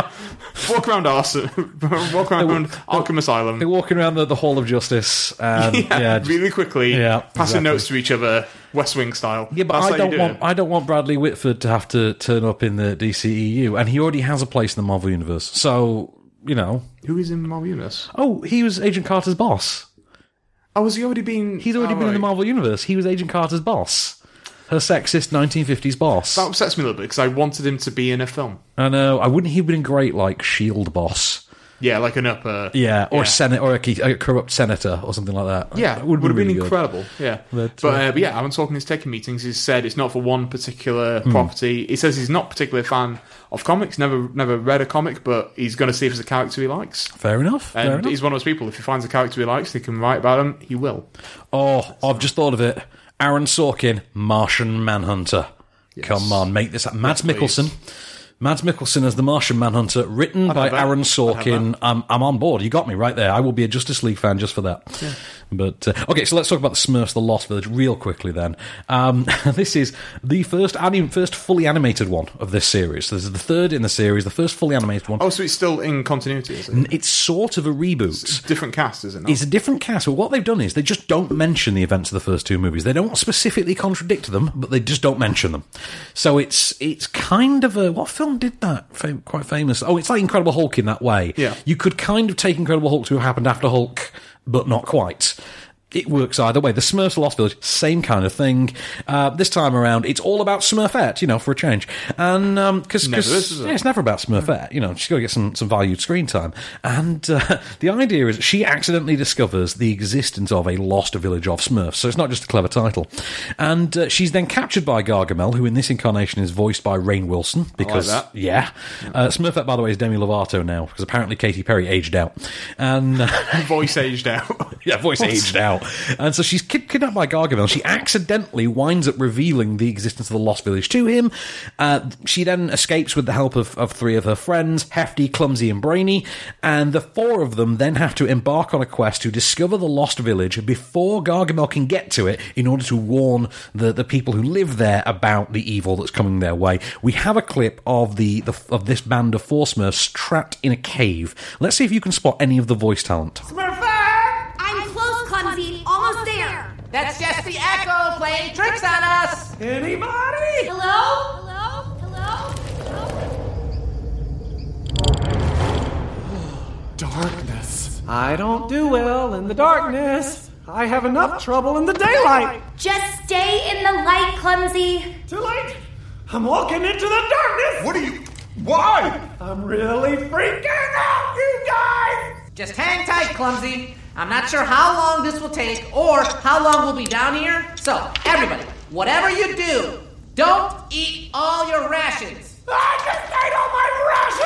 walk around Arson walk around Arkham They're Asylum. walking around the, the Hall of Justice. And, yeah. just- really quickly, Yeah, passing exactly. notes to each other, West Wing style. Yeah, but That's I how you don't do want it. I don't want Bradley Whitford to have to turn up in the DCEU and he already has a place in the Marvel universe. So, you know. Who is in Marvel Universe? Oh, he was Agent Carter's boss. Oh, has he already been? He's already oh, been in the right. Marvel universe. He was Agent Carter's boss. Her sexist 1950s boss. That upsets me a little bit because I wanted him to be in a film. I know. I wouldn't he have been great like Shield E boss. Yeah, like an upper. Yeah, or yeah. a senate or a, key- a corrupt senator or something like that. Yeah, That would have been really good. incredible. Yeah, But, but, uh, uh, but yeah, Aaron Sorkin is taking meetings. He said it's not for one particular property. He says he's not particularly a fan of comics. Never, never read a comic, but he's going to see if there's a character he likes. Fair enough. fair And enough. he's one of those people. If he finds a character he likes, he can write about him. He will. Oh, I've just thought of it. Aaron Sorkin, Martian Manhunter. Come on, make this up. Mads Mikkelsen. Mads Mikkelsen as the Martian Manhunter, written by have that. Aaron I'd have Sorkin. I'm, I'm on board. You got me right there. I will be a Justice League fan just for that. But uh, okay, so let's talk about the Smurfs: The Lost Village real quickly. Then um, this is the first anim- first fully animated one of this series. So this is the third in the series, the first fully animated one. Oh, so it's still in continuity. Is it? It's sort of a reboot. It's a different cast, is it? Not? It's a different cast. But what they've done is they just don't mention the events of the first two movies. They don't specifically contradict them, but they just don't mention them. So it's it's kind of a what film did that? Fam- quite famous. Oh, it's like Incredible Hulk in that way. Yeah. you could kind of take Incredible Hulk to what happened after Hulk, but not quite it works either way. The Smurfs Lost Village, same kind of thing. Uh, this time around, it's all about Smurfette, you know, for a change. And um, because Never is, is it? yeah, it's never about Smurfette, you know, she's got to get some some valued screen time. And uh, the idea is she accidentally discovers the existence of a lost village of Smurfs, so it's not just a clever title. And uh, she's then captured by Gargamel, who in this incarnation is voiced by Rain Wilson. Because that. yeah, uh, Smurfette, by the way, is Demi Lovato now because apparently Katy Perry aged out. And Voice aged out. yeah, voice aged out. And so she's kid- kidnapped by Gargamel. She accidentally winds up revealing the existence of the Lost Village to him. Uh, she then escapes with the help of, of three of her friends Hefty, Clumsy, and Brainy. And the four of them then have to embark on a quest to discover the Lost Village before Gargamel can get to it in order to warn the, the people who live there about the evil that's coming their way. We have a clip of the, the of this band of four Smurfs trapped in a cave. Let's see if you can spot any of the voice talent. I'm close, Clumsy. Almost there. That's just the echo playing tricks on us. Anybody? Hello? Hello? Hello? Darkness. I don't do well in the darkness. I have enough trouble in the daylight. Just stay in the light, Clumsy. Too late. I'm walking into the darkness. What are you? Why? I'm really freaking out, you guys. Just hang tight, Clumsy. I'm not sure how long this will take or how long we'll be down here. So, everybody, whatever you do, don't eat all your rations. I just ate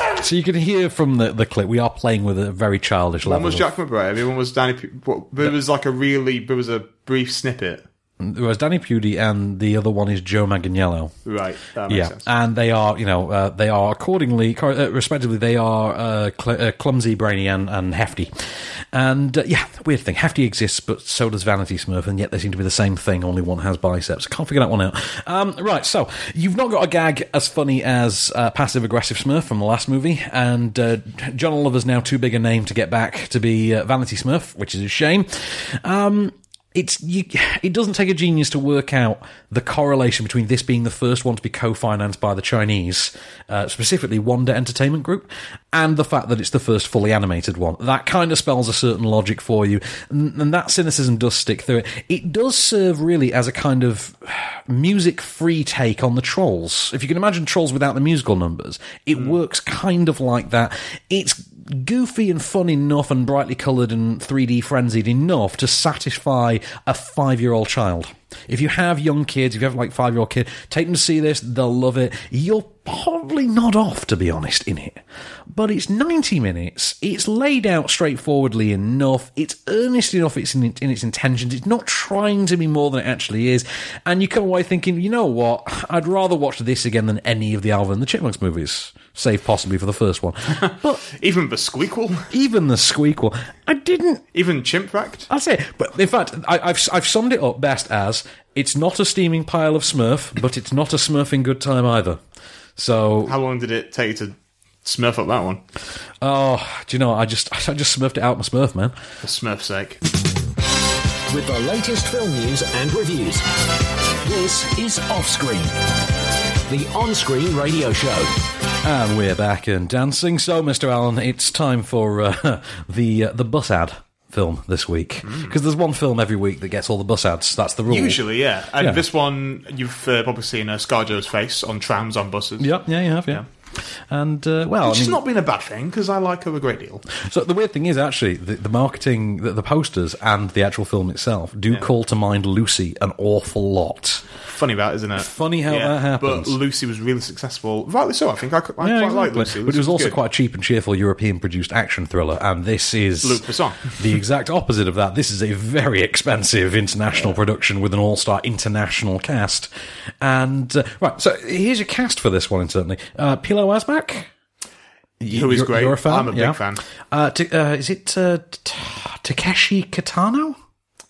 all my rations. So you can hear from the, the clip, we are playing with a very childish One level. was of- Jack McBride. One was Danny. P- what- There was like a really. There was a brief snippet. There was Danny Pudi, and the other one is Joe Manganiello. Right. That makes yeah, sense. and they are, you know, uh, they are accordingly, cor- uh, respectively, they are uh, cl- uh, clumsy, brainy, and, and hefty. And uh, yeah, weird thing. Hefty exists, but so does Vanity Smurf, and yet they seem to be the same thing, only one has biceps. I can't figure that one out. Um, right, so you've not got a gag as funny as uh, Passive Aggressive Smurf from the last movie, and uh, John Oliver's now too big a name to get back to be uh, Vanity Smurf, which is a shame. Um, it's you, it doesn't take a genius to work out the correlation between this being the first one to be co-financed by the Chinese, uh, specifically Wonder Entertainment Group, and the fact that it's the first fully animated one. That kind of spells a certain logic for you, and, and that cynicism does stick through it. It does serve really as a kind of music-free take on the Trolls. If you can imagine Trolls without the musical numbers, it works kind of like that. It's goofy and fun enough and brightly coloured and 3D frenzied enough to satisfy a five year old child. If you have young kids, if you have like five year old kid, take them to see this, they'll love it. You'll probably nod off, to be honest, in it. But it's 90 minutes, it's laid out straightforwardly enough, it's earnest enough it's in, in its intentions, it's not trying to be more than it actually is, and you come away thinking, you know what, I'd rather watch this again than any of the Alvin and the Chipmunks movies, save possibly for the first one. But Even the squeakle. even the squeakle. I didn't. Even chimp fact. That's it. But in fact, I, I've I've summed it up best as it's not a steaming pile of Smurf, but it's not a Smurf in good time either. So, How long did it take to smurf up that one? oh, do you know? I just I just smurfed it out my Smurf man. For Smurf's sake. With the latest film news and reviews. This is Offscreen, the on screen radio show. And we're back and dancing. So, Mr. Allen, it's time for uh, the uh, the bus ad film this week because there's one film every week that gets all the bus ads. That's the rule. Usually, yeah. And Yeah. this one, you've uh, probably seen uh, ScarJo's face on trams, on buses. Yep. Yeah. You have. Yeah. And uh, well, Which I has mean- not been a bad thing because I like her a great deal. So the weird thing is actually the, the marketing, the, the posters, and the actual film itself do call to mind Lucy an awful lot. Funny that, isn't it? Funny how that happens. But Lucy was really successful. Rightly so, I think. I, I quite like Lucy. But it was also good. quite a cheap and cheerful European-produced action thriller, and this is Luc Besson. the exact opposite of that. This is a very expensive international production with an all-star international cast. And uh, right, so here's your cast for this one. Incidentally, uh, Pilo Asback. Who is You're- great. You're a fan. I'm a big yeah. fan. Uh, Ta- uh, is it uh, T- Takeshi Kitano?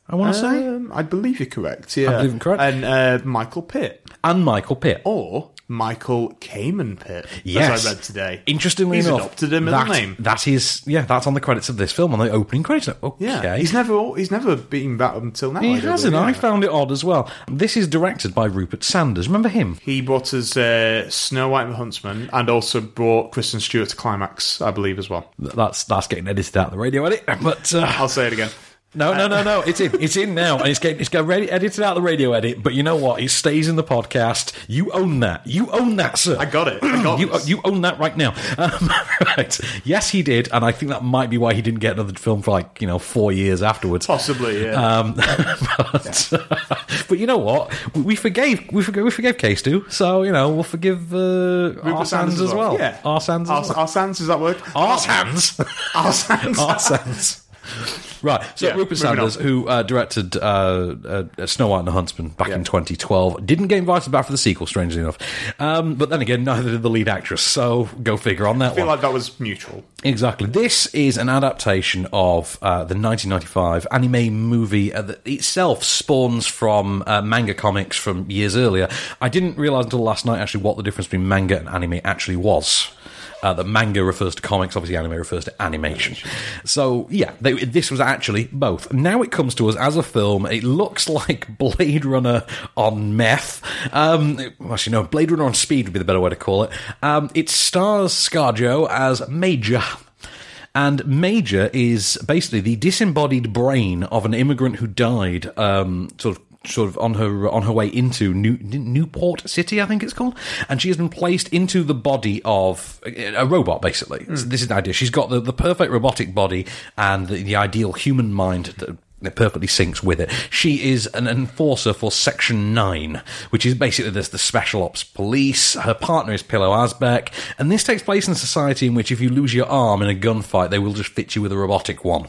I want to Um, I believe you're correct. Yeah, believe I'm correct. And uh, Michael Pitt and Michael Pitt or Michael Kamen Pitt. Yes. as I read today. Interestingly he's enough, adopted a middle that, name. That is, yeah, that's on the credits of this film on the opening credits. Okay, Yeah, he's never he's never been that until now. I he don't hasn't. believe. I found it odd as well. This is directed by Rupert Sanders. Remember him? He brought us uh, Snow White and the Huntsman, and also brought Kristen Stewart to climax, I believe, as well. Th- That's that's getting edited out of the radio edit. But uh, I'll say it again. No, no, no, no. It's in. It's in now, and it's getting it's getting ready, edited out of the radio edit. But you know what? It stays in the podcast. You own that. You own that, sir. I got it. I got you this. you own that right now. Um, right. Yes, he did, and I think that might be why he didn't get another film for like you know four years afterwards. Possibly, yeah. Um, but, but you know what? We, we forgave we forgave we forgave Case do so you know we'll forgive uh, our Rupert Sanders Sands as well. Yeah. our Sands Our, as well. our Sands, does that work? Our Sands. Our Sands. Our Sands. Right, so Yeah, Rupert moving on. Sanders, who uh, directed uh, uh, Snow White and the Huntsman back in 2012, didn't get invited back for the sequel, strangely enough. Um, but then again, neither did the lead actress, so go figure on that I feel one. like that was mutual. Exactly. This is an adaptation of uh, the 1995 anime movie uh, that itself spawns from uh, manga comics from years earlier. I didn't realize until last night actually what the difference between manga and anime actually was. Uh, that manga refers to comics, obviously, anime refers to animation. So, yeah, they, this was actually both. Now it comes to us as a film. It looks like Blade Runner on meth. Um, actually, no, Blade Runner on speed would be the better way to call it. Um, it stars Scarjo as Major. And Major is basically the disembodied brain of an immigrant who died, um, sort of. Sort of on her on her way into New, Newport City, I think it's called, and she has been placed into the body of a a robot. Basically, So this is the idea. She's got the, the perfect robotic body and the, the ideal human mind that it perfectly syncs with it. She is an enforcer for Section 9, which is basically this, the Special Ops Police. Her partner is Pillow Asbeck. And this takes place in a society in which if you lose your arm in a gunfight, they will just fit you with a robotic one.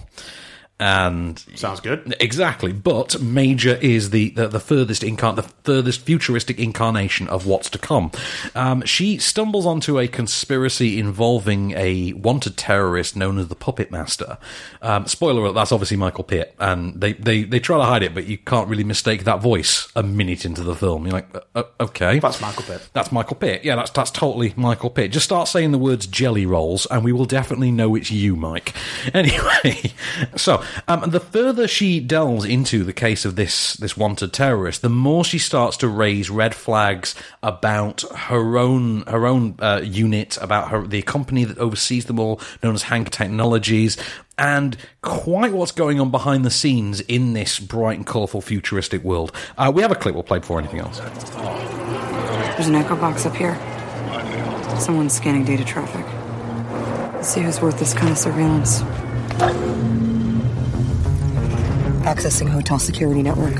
And Sounds good. Exactly, but Major is the the, the furthest incarn the furthest futuristic incarnation of what's to come. Um, she stumbles onto a conspiracy involving a wanted terrorist known as the Puppet Master. Um, spoiler alert: that's obviously Michael Pitt, and they, they they try to hide it, but you can't really mistake that voice a minute into the film. You're like, uh, uh, okay, That's Michael Pitt. that's Michael Pitt. Yeah, that's that's totally Michael Pitt. Just start saying the words jelly rolls, and we will definitely know it's you, Mike. Anyway, so um, and the further she delves into the case of this this wanted terrorist, the more she starts to raise red flags about her own her own uh, unit, about her the company that oversees them all, known as Hank Technologies. And quite what's going on behind the scenes in this bright and colourful futuristic world. Uh, we have a clip we'll play before anything else. There's an echo box up here. Someone's scanning data traffic. Let's see who's worth this kind of surveillance. Accessing hotel security network.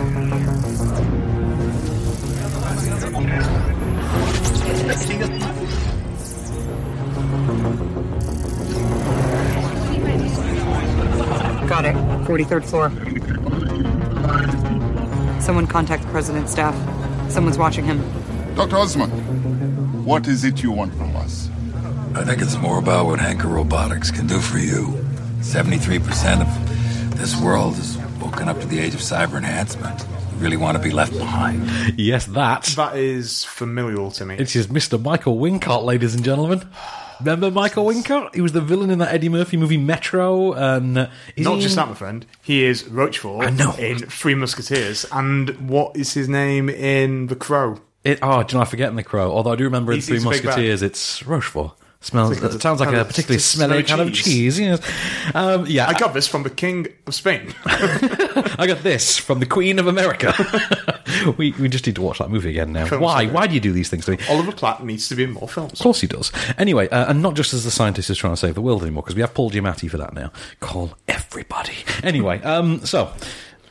Got it. 43rd floor. Someone contact the president's staff. Someone's watching him. Dr. Osman, what is it you want from us? I think it's more about what Hanker Robotics can do for you. 73% of this world is woken up to the age of cyber enhancement. You really want to be left behind. Yes, that. That is familial to me. It is Mr. Michael Wincott, ladies and gentlemen. Remember Michael Wincott? He was the villain in that Eddie Murphy movie Metro, and uh, is Not he just in- that, my friend. He is Rochefort I know. in Three Musketeers, and what is his name in The Crow? It, oh, do you know? I forget in the Crow. Although I do remember in He's- Three he's a big Musketeers, it's Rochefort. Smells. It's like a- it sounds like kind a of- particularly it's a smelly smelly kind of cheese. cheese. Yes. Um, yeah, I got this from the King of Spain. I got this from the Queen of America. we we just need to watch that movie again now. Films Why? like that. Why do you do these things to me? Oliver Platt needs to be in more films. Of course he does. Anyway, uh, and not just as the scientist is trying to save the world anymore, because we have Paul Giamatti for that now. Call everybody. Anyway, um, so.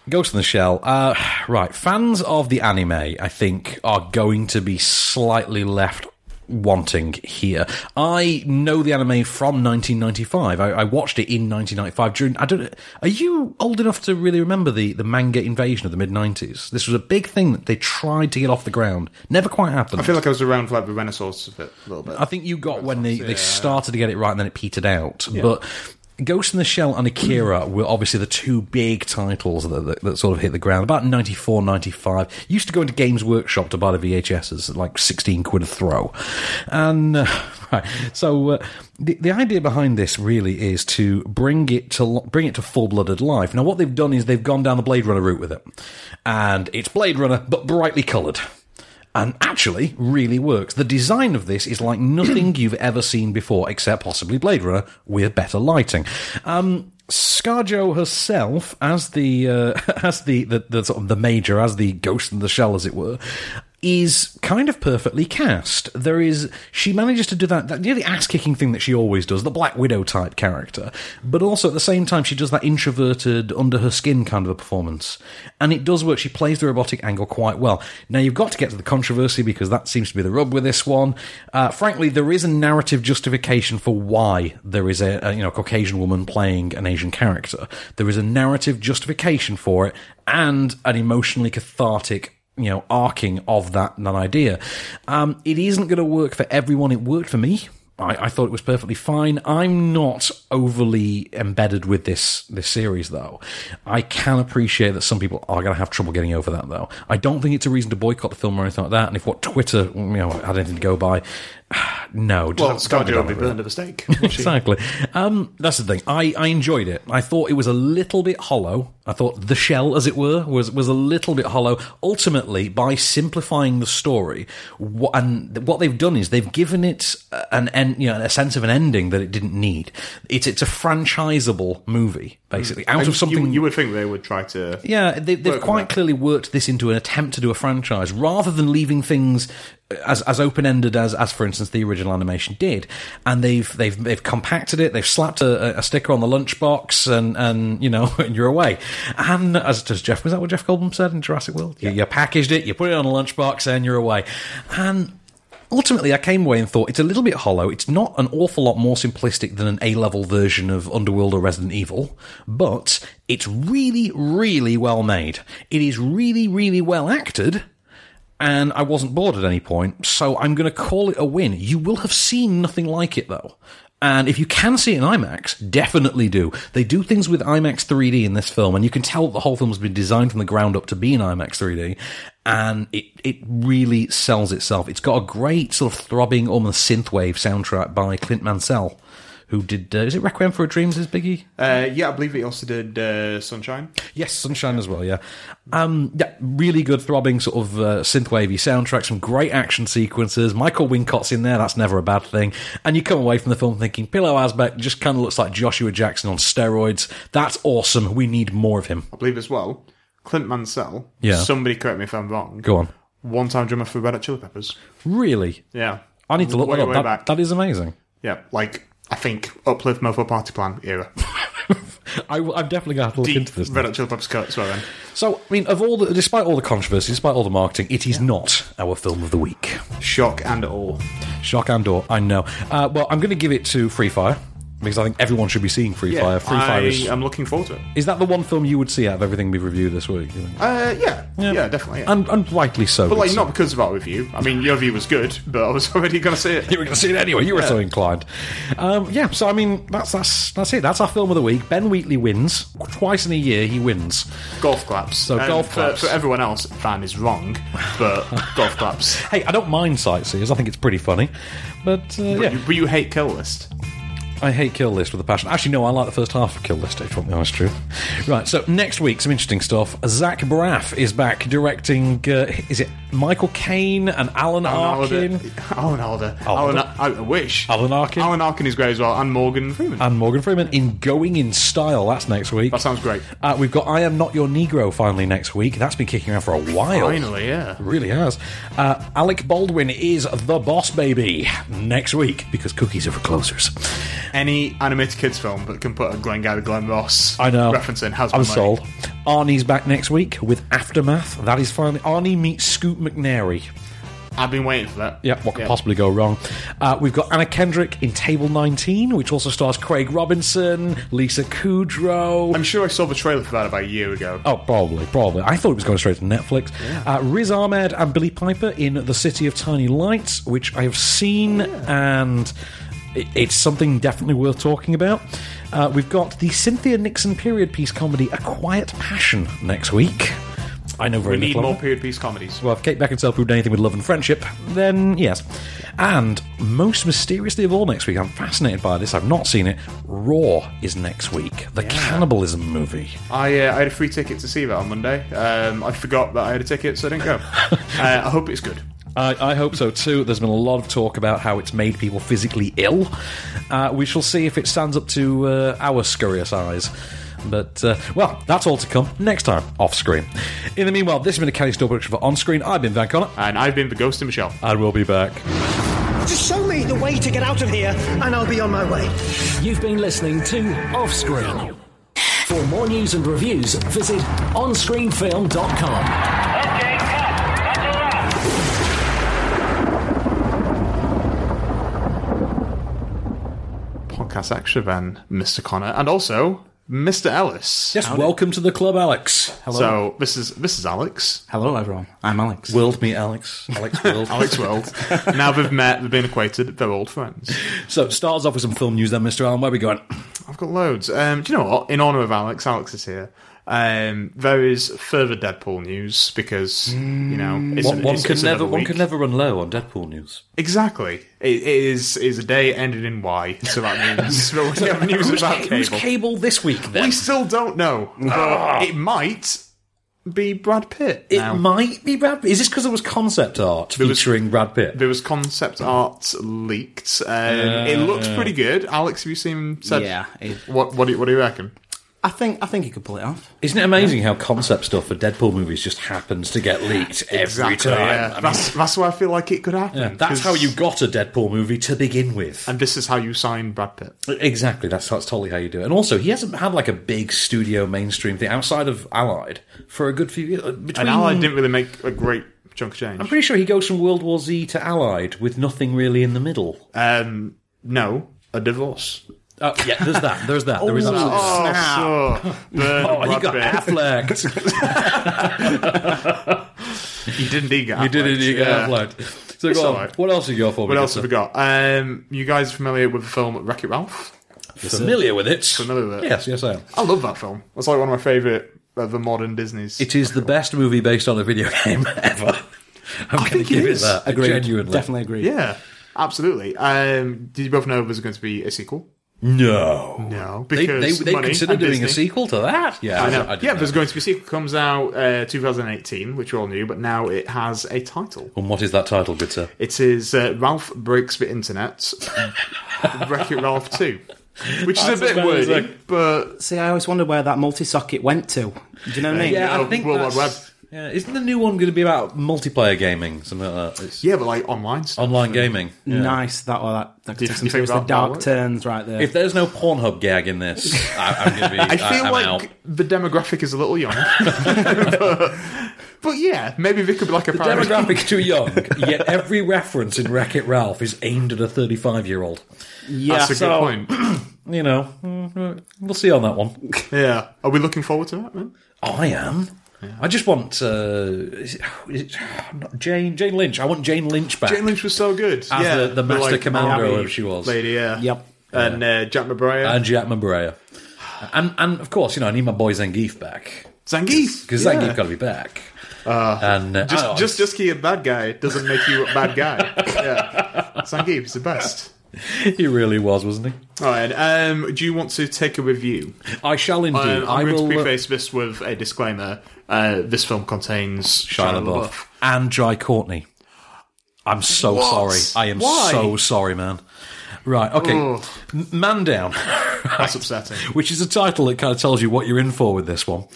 Ghost in the Shell. Uh, right, fans of the anime, I think, are going to be slightly left wanting here. I know the anime from 1995. I, I watched it in 1995. During, I don't. Are you old enough to really remember the the manga invasion of the mid 90s? This was a big thing that they tried to get off the ground. Never quite happened. I feel like I was around for like the Renaissance a bit, little bit. I think you got when they, Yeah. they started to get it right and then it petered out. But Ghost in the Shell and Akira were obviously the two big titles that, that, that sort of hit the ground about 94, 95. Used to go into Games Workshop to buy the VHSs at like 16 quid a throw. And, uh, right, so uh, the, the idea behind this really is to bring it to lo- bring it to full blooded life. Now, what they've done is they've gone down the Blade Runner route with it. And it's Blade Runner, but brightly coloured and actually really works. The design of this is like nothing you've ever seen before, except possibly Blade Runner with better lighting. Um, Scarjo herself, as the uh, as the, the the sort of the major, as the ghost in the shell, as it were, is kind of perfectly cast. There is she manages to do that that you know, the ass kicking thing that she always does, the Black Widow type character, but also at the same time she does that introverted under her skin kind of a performance, and it does work. She plays the robotic angle quite well. Now you've got to get to the controversy because that seems to be the rub with this one. Uh, frankly, there is a narrative justification for why there is a, a you know Caucasian woman playing an Asian character. There is a narrative justification for it and an emotionally cathartic you know arcing of that that idea. Um, it isn't going to work for everyone. It worked for me. I, I thought it was perfectly fine. I'm not overly embedded with this this series though. I can appreciate that some people are going to have trouble getting over that though. I don't think it's a reason to boycott the film or anything like that. And if what Twitter you know had anything to go by, no. Well, don't- don't Scarjo go will over be it. burned at the stake. exactly. Um, that's the thing. I, I enjoyed it. I thought it was a little bit hollow. I thought the shell, as it were, was was a little bit hollow. Ultimately, by simplifying the story, wha- and what they've done is they've given it uh, an end, you know, a sense of an ending that it didn't need. It's it's a franchisable movie, basically, out And you- of something. you would think they would try to. Yeah, they, work they've with quite clearly worked this into an attempt to do a franchise rather than leaving things as as open ended as as for instance the original animation did. And they've they've they've compacted it. They've slapped a, a sticker on the lunchbox, and and you know and you're away. And as, as Jeff was that what Jeff Goldblum said in Jurassic World? You, you packaged it, you put it on a lunchbox, and you're away. And ultimately i came away and thought it's a little bit hollow it's not an awful lot more simplistic than an a-level version of underworld or resident evil but it's really really well made it is really really well acted and I wasn't bored at any point, so I'm going to call it a win. You will have seen nothing like it though. And if you can see it in IMAX, definitely do. They do things with IMAX 3D in this film, and you can tell the whole film's been designed from the ground up to be in IMAX 3D, and it, it really sells itself. It's got a great sort of throbbing, almost synthwave soundtrack by Clint Mansell, who did, uh, is it Requiem for a Dream's his biggie? Uh, yeah, I believe he also did uh, Sunshine. Yes, Sunshine as well. Yeah, um, yeah, really good throbbing sort of uh, synthwavey soundtrack. Some great action sequences. Michael Wincott's in there. That's never a bad thing. And you come away from the film thinking Pillow Asbeck just kind of looks like Joshua Jackson on steroids. That's awesome. We need more of him. I believe as well. Clint Mansell. Yeah. Somebody correct me if I'm wrong. Go on. One time drummer for Red Hot Chili Peppers. Really, Yeah. I need to look way, that up. way That- back. that is amazing. Yeah. Like, I think Uplift Mofo Party Plan era. I, am definitely going to have to look Deep into this. Red Hot Chili Peppers cut as well then. So, I mean, of all the, despite all the controversy, despite all the marketing, it is not our film of the week. Shock and awe. Shock and awe. I know. Uh, well, I'm going to give it to Free Fire because I think everyone should be seeing Free Fire. Free I uh, Fire is. am looking forward to it. Is that the one film you would see out of everything we review this week? you think? Uh, yeah. Yeah, definitely. yeah. And, and rightly so. but like it's- not because of our review. I mean, your review was good, but I was already going to see it. You were going to see it anyway. You were so inclined. Um, yeah. So I mean, that's that's that's it. That's our film of the week. Ben Wheatley wins twice in a year. He wins. Golf claps. So And golf for- claps. For, everyone else, Van is wrong, but golf claps. Hey, I don't mind sightseers. I think it's pretty funny. But uh, yeah, But, you, but you hate Kill List. I hate Kill List with a passion. Actually, no, I like the first half of Kill List, if I'm honest truth. Right, so next week, some interesting stuff. Zach Braff is back directing, uh, is it Michael Caine and Alan Arkin? Alan Alda. Alan Alda. Alan, I wish. Alan Arkin? Alan Arkin is great as well, and Morgan Freeman. And Morgan Freeman in Going in Style. That's next week. That sounds great. Uh, we've got I Am Not Your Negro finally next week. That's been kicking around for a while. Finally, yeah. Really has. Uh, Alec Baldwin is the boss baby next week because cookies are for closers. Any animated kids film that can put a Glengarry Glen Ross I know. reference in has I'm my money. sold. Arnie's back next week with Aftermath. That is finally Arnie meets Scoot McNairy. I've been waiting for that. Yep, what could possibly go wrong? Uh, we've got Anna Kendrick in Table 19, which also stars Craig Robinson, Lisa Kudrow. I'm sure I saw the trailer for that about a year ago. Oh, probably, probably. I thought it was going straight to Netflix. Uh, Riz Ahmed and Billy Piper in The City of Tiny Lights, Oh, which I have seen, and it, it's something definitely worth talking about. Uh, we've got the Cynthia Nixon period piece comedy A Quiet Passion next week. I know very we need little. more of it. period piece comedies. Well, if Kate Beckinsale proved anything with love and friendship, then yes. And most mysteriously of all, next week, I'm fascinated by this. I've not seen it. Raw is next week, the cannibalism movie. I, uh, I had a free ticket to see that on Monday. Um, I forgot that I had a ticket, so I didn't go. uh, I hope it's good. I, I hope so too. There's been a lot of talk about how it's made people physically ill. Uh, we shall see if it stands up to uh, our scurrious eyes. But, uh, well, that's all to come next time off screen. In the meanwhile, this has been a Kelly Store production for On Screen. I've been Van Connor. And I've been the Ghost of Michelle. And we'll be back. Just show me the way to get out of here, and I'll be on my way. You've been listening to Off Screen. For more news and reviews, visit onscreenfilm.com. Podcast extra then, Mr. Connor, and also Mr. Ellis. Yes, welcome to the club, Alex. So this is this is Alex. Hello, everyone. I'm Alex. Willed me, Alex. Alex Willed. Alex World. now they've met, they've been acquainted, they're old friends. So, starts off with some film news then, Mr. Allen. Where are we going? I've got loads. Um, do you know what? In honor of Alex, Alex is here. Um, there is further Deadpool news because you know Mm, it's, one, an- one it's- can it's never, another one week. can never run low on Deadpool news. exactly. It, it is is a day ended in Y, so that means we have news who's, about who's Ah. cable. cable this week? Then We still don't know. but it might be Brad Pitt. it now. might be Brad. Pitt. Is this because there was concept art featuring Brad Pitt? There was concept art leaked. Um, Uh, it looked pretty good. Alex, have you seen? Said, Yeah, it- what what do you, what do you reckon? I think I think you could pull it off. Isn't it amazing how concept stuff for Deadpool movies just happens to get leaked every time? yeah. I mean, that's that's why I feel like it could happen. yeah, that's 'cause- how you got a Deadpool movie to begin with. And this is how you sign Brad Pitt. Exactly, that's, that's totally how you do it. And also, he hasn't had like a big studio mainstream thing outside of Allied for a good few years. Uh, Between, And Allied didn't really make a great chunk of change. I'm pretty sure he goes from World War Z to Allied with nothing really in the middle. Um, no, a divorce. Oh, yeah, there's that. There's that. There is Oh, absolutely. Oh, so, burn Oh, he Brad got Pitt. Affleck. You didn't need he did it. He got Yeah. Affleck. So It's go on. alright. What else have you got for me? What else Gustav? have we got? Um, you guys familiar with the film Wreck It Ralph? Familiar with it? Familiar with it? Yes, yes, I am. I love that film. It's like one of my favourite of the modern Disney's. It is the best movie based on a video game ever. I'm going to think it give it is. that. Agreed. Genuinely. Definitely agreed. yeah, absolutely. Um, did you both know there's going to be a sequel? No. No, They, because they, they money consider and doing a Disney. sequel to that. Yeah, I know. didn't yeah, there's going to be a sequel. Comes out uh, 2018, which we all knew, but now it has a title. And what is that title, good sir? It is uh, Ralph Breaks the Internet, Wreck It Ralph 2, which is a That's bit amazing. wordy, but See, I always wondered where that multi-socket went to. Do you know what I mean? Yeah, I think World Wide that's- Yeah, isn't the new one going to be about multiplayer gaming? Something like that. It's yeah, but like online stuff. Online gaming. Yeah. Nice that or that. that you- could take some you think seriously that- that dark works? turns right there. If there's no Pornhub gag in this, I, I'm going to be. I feel am like out. the demographic is a little young, but, but yeah, maybe they could be like a The parody. demographic's too young, yet every reference in Wreck It Ralph is aimed at a 35 year old. yeah, That's a so- good point. You know, mm, we'll see on that one. Yeah, are we looking forward to that, man? I am. I just want uh, is it, oh, is it, not Jane Jane Lynch. I want Jane Lynch back. Jane Lynch was so good. As yeah, the- the master commander, army whatever she was. Lady, yeah. Yep. And uh, Jack McBrayer. and Jack Mabrea. And and of course, you know, I need my boy Zangief back Zangief. because yeah. Zangief got to be back. and uh, Just, I- just, just 'cause you're a bad guy doesn't make you a bad guy. yeah. Zangief is the best. he really was, wasn't he? All right. Um, do you want to take a review? I shall indeed. Um, I I'm going will. to uh, preface this with a disclaimer. Uh, this film contains Shia Shia LaBeouf LaBeouf. and Jai Courtney. I'm so What? sorry. I am Why? so sorry, man. Right, okay. Ugh. M- Man Down. That's upsetting. which is a title that kind of tells you what you're in for with this one.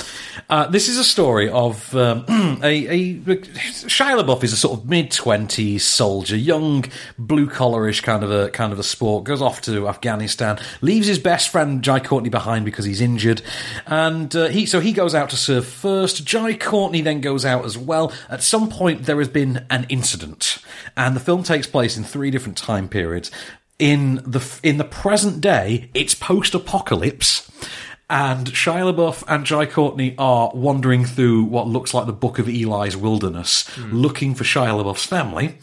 Uh, this is a story of um, a, a Shia LaBeouf is a sort of mid twenties soldier, young, blue collarish kind of a kind of a sport. Goes off to Afghanistan, leaves his best friend Jai Courtney behind because he's injured, and uh, he so he goes out to serve first. Jai Courtney then goes out as well. At some point, there has been an incident, and the film takes place in three different time periods in the in the present day, it's post-apocalypse, and Shia LaBeouf and Jai Courtney are Hmm. wandering through what looks like the Book of Eli's wilderness, looking for Shia LaBeouf's family.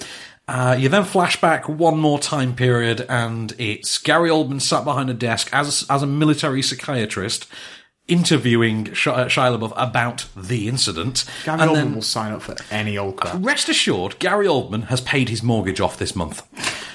Uh, you then flash back one more time period, and it's Gary Oldman sat behind a desk as as a military psychiatrist interviewing Sh- uh, Shia LaBeouf about the incident. Gary and Oldman then- will sign up for any old crap. Rest assured, Gary Oldman has paid his mortgage off this month.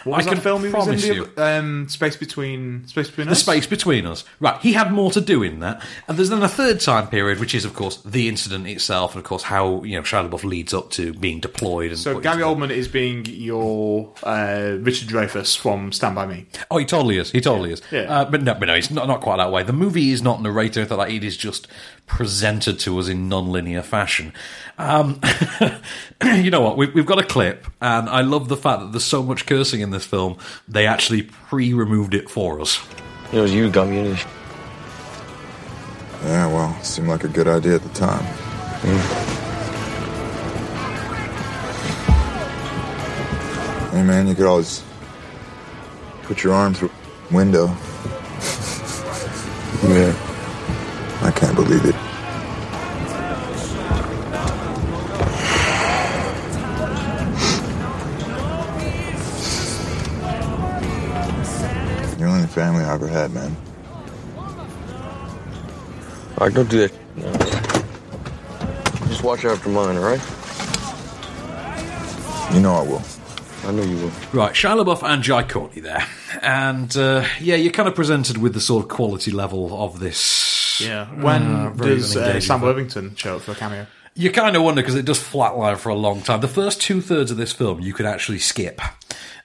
What was I that can film he was in? promise The- you. Um, space between space between The us. space between us. Right, he had more to do in that. And there's then a third time period, which is, of course, the incident itself, and, of course, how you know Shia LaBeouf leads up to being deployed. And So put Gary into- Oldman is being your uh, Richard Dreyfuss from Stand By Me. Oh, he totally is. He totally is. Yeah. Uh, but no, but no, it's not, not quite that way. The movie is not narrated or anything like that. It is just presented to us in non-linear fashion. Um, you know what? We've, we've got a clip, and I love the fact that there's so much cursing in this film. They actually pre-removed it for us. It was you, dumb you. Yeah, well, seemed like a good idea at the time. Hey, man, you could always put your arm through a window. yeah. I can't believe it. You're the only family I ever had, man. All right, don't do that. No. Just watch after mine, all right? You know I will. I know you will. Right, Shia LaBeouf and Jai Courtney there, and uh, yeah, you're kind of presented with the sort of quality level of this. Yeah. When uh, very does uh, unengaging Sam film. Worthington show up for a cameo? You kind of wonder because it does flatline for a long time. The first two thirds of this film you could actually skip,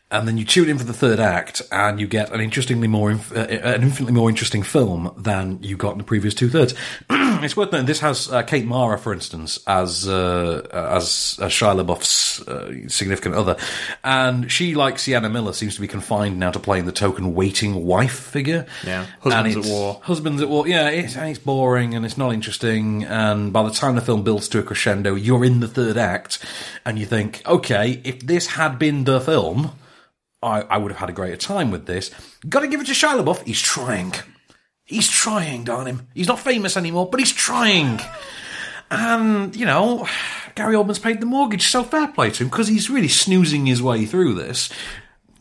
and then you tune in for the third act, and you get an interestingly more inf- uh, an infinitely more interesting film than you got in the previous two thirds. it's worth noting this has uh, Kate Mara, for instance, as uh, as, as Shia LaBeouf's uh, significant other, and she, like Sienna Miller, seems to be confined now to playing the token waiting wife figure. Yeah. And Husbands at it's- War. Husbands at War. Yeah, it's, and it's boring and it's not interesting. And by the time the film builds to a crescendo, you're in the third act, and you think, okay, if this had been the film, I, I would have had a greater time with this. Got to give it to Shia LaBeouf. He's trying. He's trying, darn him. He's not famous anymore, but he's trying. And you know, Gary Oldman's paid the mortgage, so fair play to him because he's really snoozing his way through this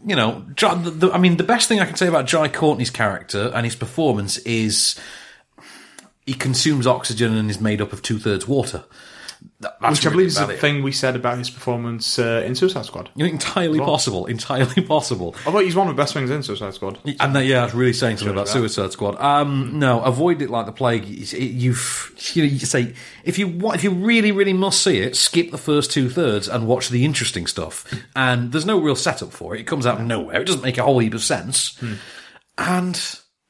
you know, Jai- the, the, I mean, the best thing I can say about Jai Courtney's character and his performance is he consumes oxygen and is made up of two thirds water. That- that's Which I really believe is about the it. thing we said about his performance uh, in Suicide Squad. Entirely Well- possible. Entirely possible. Although he's one of the best things in Suicide Squad. And that, yeah, that's really saying something about Sure about. Suicide Squad. Um, no, avoid it like the plague. It's- it- You've you, know, you say if you wa- if you really really must see it, skip the first two thirds and watch the interesting stuff. And there's no real setup for it. It comes out of nowhere. It doesn't make a whole heap of sense. Hmm. And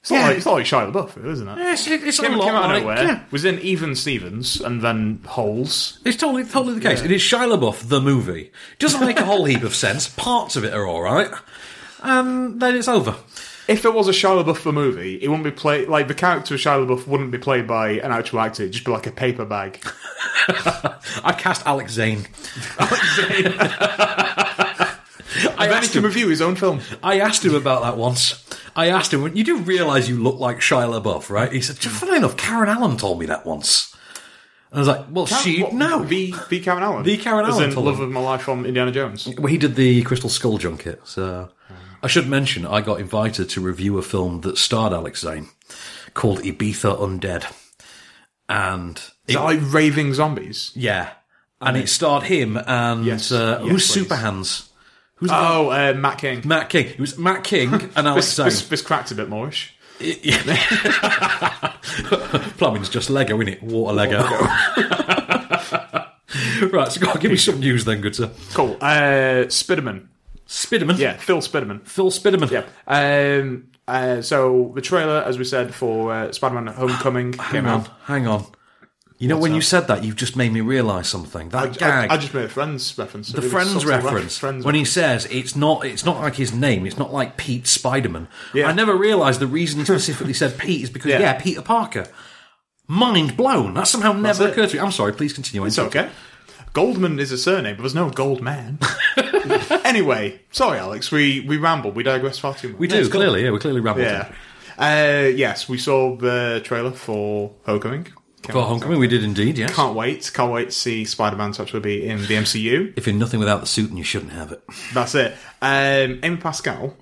It's not, like, it's not like Shia LaBeouf, isn't it? Yeah, it's- it's a came, lot came out of like- nowhere. yeah. Was in Even Stevens and then Holes. It's totally totally the case. Yeah. It is Shia LaBeouf the movie. Doesn't make a whole heap of sense. Parts of it are all right, and then it's over. If it was a Shia LaBeouf for movie, it wouldn't be played like the character of Shia LaBeouf wouldn't be played by an actual actor. It'd just be like a paper bag. I cast Alex Zane. I I then he asked can him- review his own film. I asked him about that once. I asked him, "You do realise you look like Shia LaBeouf, right?" He said, "Funny enough, Karen Allen told me that once." And I was like, "Well, she What- "Uh, no." the the Karen Allen, The Karen As Allen in told Love him. of My Life from Indiana Jones. Well, he did the Crystal Skull junket, so I should mention I got invited to review a film that starred Alex Zane called Ibiza Undead, and Is that like raving zombies? yeah, and it starred him and uh, yes, who's please. Superhands? Who's the Oh, uh, Matt King. Matt King. It was Matt King and Alex This, Zane. this, this cracked a bit moreish. Plumbing's just Lego, innit? Water Lego. right, so go on, give me some news then, good sir. Cool. Uh, Spiderman. Spiderman? Yeah, Phil Spiderman. Phil Spiderman. Yeah. Um, uh, so the trailer, as we said, for uh, Spider-Man: Homecoming Hang came on, out. hang on. You know, What's when you that? said that, you've just made me realise something. That I, gag. I, I just made a Friends reference. the Friends reference. Friends when he says it's not, it's not like his name. It's not like Pete Spiderman. Yeah. I never realised the reason he specifically said Pete is because Yeah. yeah. Peter Parker. Mind blown. That somehow That's never it. occurred to me. I'm sorry. Please continue. I It's interrupted. okay. Goldman is a surname, but there's no Goldman. anyway, sorry, Alex. We we ramble. We digress far too much. We Yeah, do it's cool. clearly. Yeah, we're clearly rambling. Yeah. Uh, yes, we saw the trailer for Homecoming. For Homecoming, we did indeed, yes. Can't wait. Can't wait to see Spider Man to actually be in the MCU. If you're nothing without the suit, and you shouldn't have it. That's it. Um, Amy Pascal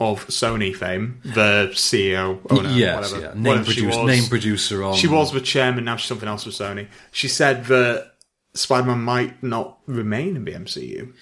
of Sony fame, the CEO, owner, yes, Um, whatever. yeah. Name, whatever she produce, was. name producer on. She was the chairman, now she's something else with Sony. She said that Spider Man might not remain in the MCU.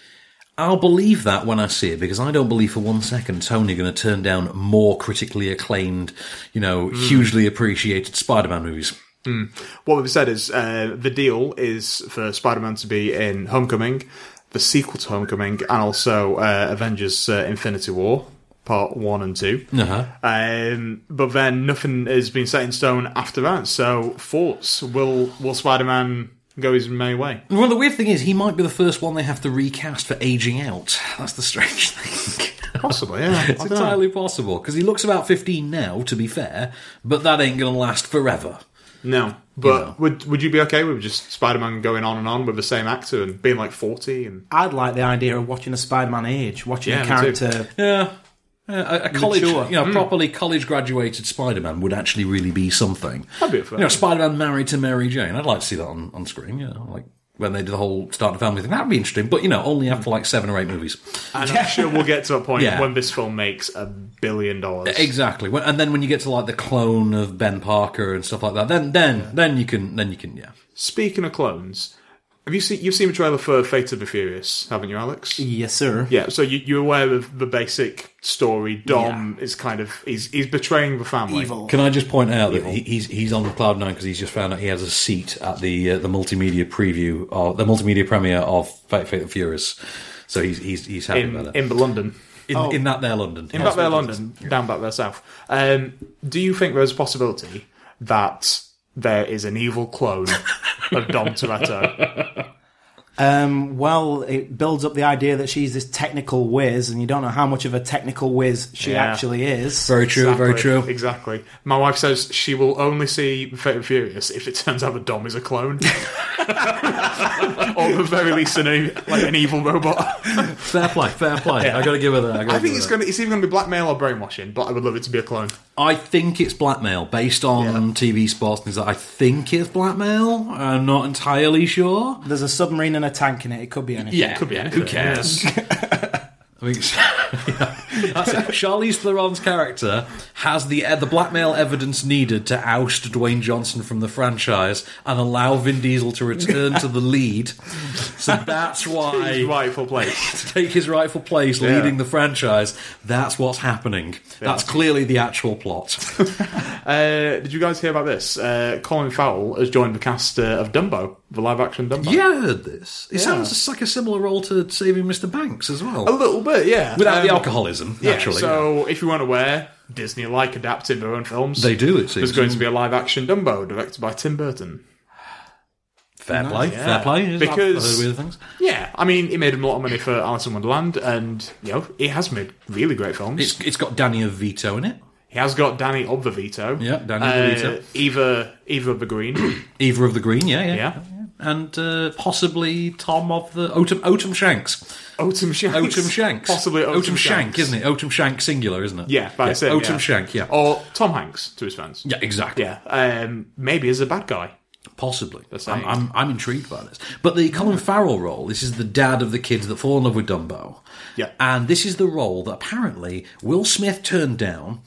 I'll believe that when I see it because I don't believe for one second Tony going to turn down more critically acclaimed, you know, hugely appreciated Spider-Man movies. Hmm. What we've said is uh, the deal is for Spider Man to be in Homecoming, the sequel to Homecoming, and also uh, Avengers uh, Infinity War. Part one and 2 Uh-huh. um, but then nothing has been set in stone after that. So thoughts: Will will Spider Man go his merry way? Well, the weird thing is, he might be the first one they have to recast for aging out. That's the strange thing. Possibly, yeah. it's I don't know. entirely possible because he looks about 15 now, to be fair, but that ain't going to last forever. No, but would would you be okay with just Spider Man going on and on with the same actor and being like forty and I'd like the idea of watching a Spider-Man age, watching Yeah, a me character. Yeah. Uh, a, a college, Mature. you know, Hmm. Mm. properly college graduated Spider Man would actually really be something. That'd be a you fun- know, Spider Man married to Mary Jane. I'd like to see that on, on screen. You know, like when they did the whole start a family thing, that'd be interesting. But you know, only after like seven or eight movies. And I'm sure we'll get to a point Yeah. when this film makes a billion dollars. Exactly. When, and then when you get to like the clone of Ben Parker and stuff like that, then then then you can then you can yeah. Speaking of clones, have you seen you've seen the trailer for Fate of the Furious, haven't you, Alex? Yes, sir. Yeah, so you, you're aware of the basic story. Dom is kind of he's he's betraying the family. Evil. Can I just point out that he, he's he's on cloud nine because he's just found out he has a seat at the uh, the multimedia preview or the multimedia premiere of Fate, Fate of Furious. So he's he's he's happy in about that. in London. In, Oh. in that there London. In Yeah. back there, London, down back there south. Um, do you think there's a possibility that there is an evil clone of Dom Toretto? Um, well, it builds up the idea that she's this technical whiz, and you don't know how much of a technical whiz she Yeah. actually is. Exactly, Exactly. My wife says she will only see Fate and Furious if it turns out that Dom is a clone, or at the very least, an, e- like an evil robot. Fair play, fair play. Yeah. I got to give her that. I, gotta I think give it's her that. going to, it's either going to be blackmail or brainwashing, but I would love it to be a clone. I think it's blackmail based on TV spots. and things like- I think it's blackmail. I'm not entirely sure. There's a submarine and a tank in it. It could be anything. Yeah, could be anything. Who cares? I mean, it's- yeah. That's it. Charlize Theron's character has the the blackmail evidence needed to oust Dwayne Johnson from the franchise and allow Vin Diesel to return to the lead. So that's why His rightful place. to take his rightful place, Yeah. leading the franchise. That's what's happening. That's clearly the actual plot. Uh, did you guys hear about this? Uh, Colin Farrell has joined the cast uh, of Dumbo, the live-action Dumbo. Yeah, I heard this. It Yeah. sounds just like a similar role to Saving Mr. Banks as well. A little bit, yeah. Without the Um, alcoholism, Yeah, naturally. so if you weren't aware, Disney like adapting their own films. They do, it There's seems. going to be a live action Dumbo directed by Tim Burton. Fair play, Yeah. fair play. yes. Because- I've heard weird things. Yeah, I mean, he made a lot of money for Alice in Wonderland, and, you know, he has made really great films. It's, it's got Danny Vito in it. he has got Danny Obvovito. Yeah, Danny Vito. Eva, Eva the Green. Either of the Green, yeah, yeah. yeah. And uh, possibly Tom of the Otum, Otum Shanks. Otum Shanks. Otum Shanks. Oh, Possibly Otum Shank, Shanks. isn't it? Otum Shank singular, isn't it? Yeah, that's it. Otum yeah. Shank, yeah. Or Tom Hanks to his fans. Yeah, exactly. Yeah. Um, maybe as a bad guy. Possibly. I'm, saying. I'm, I'm intrigued by this. But the Colin Farrell role, this is the dad of the kids that fall in love with Dumbo. Yeah. And this is the role that apparently Will Smith turned down,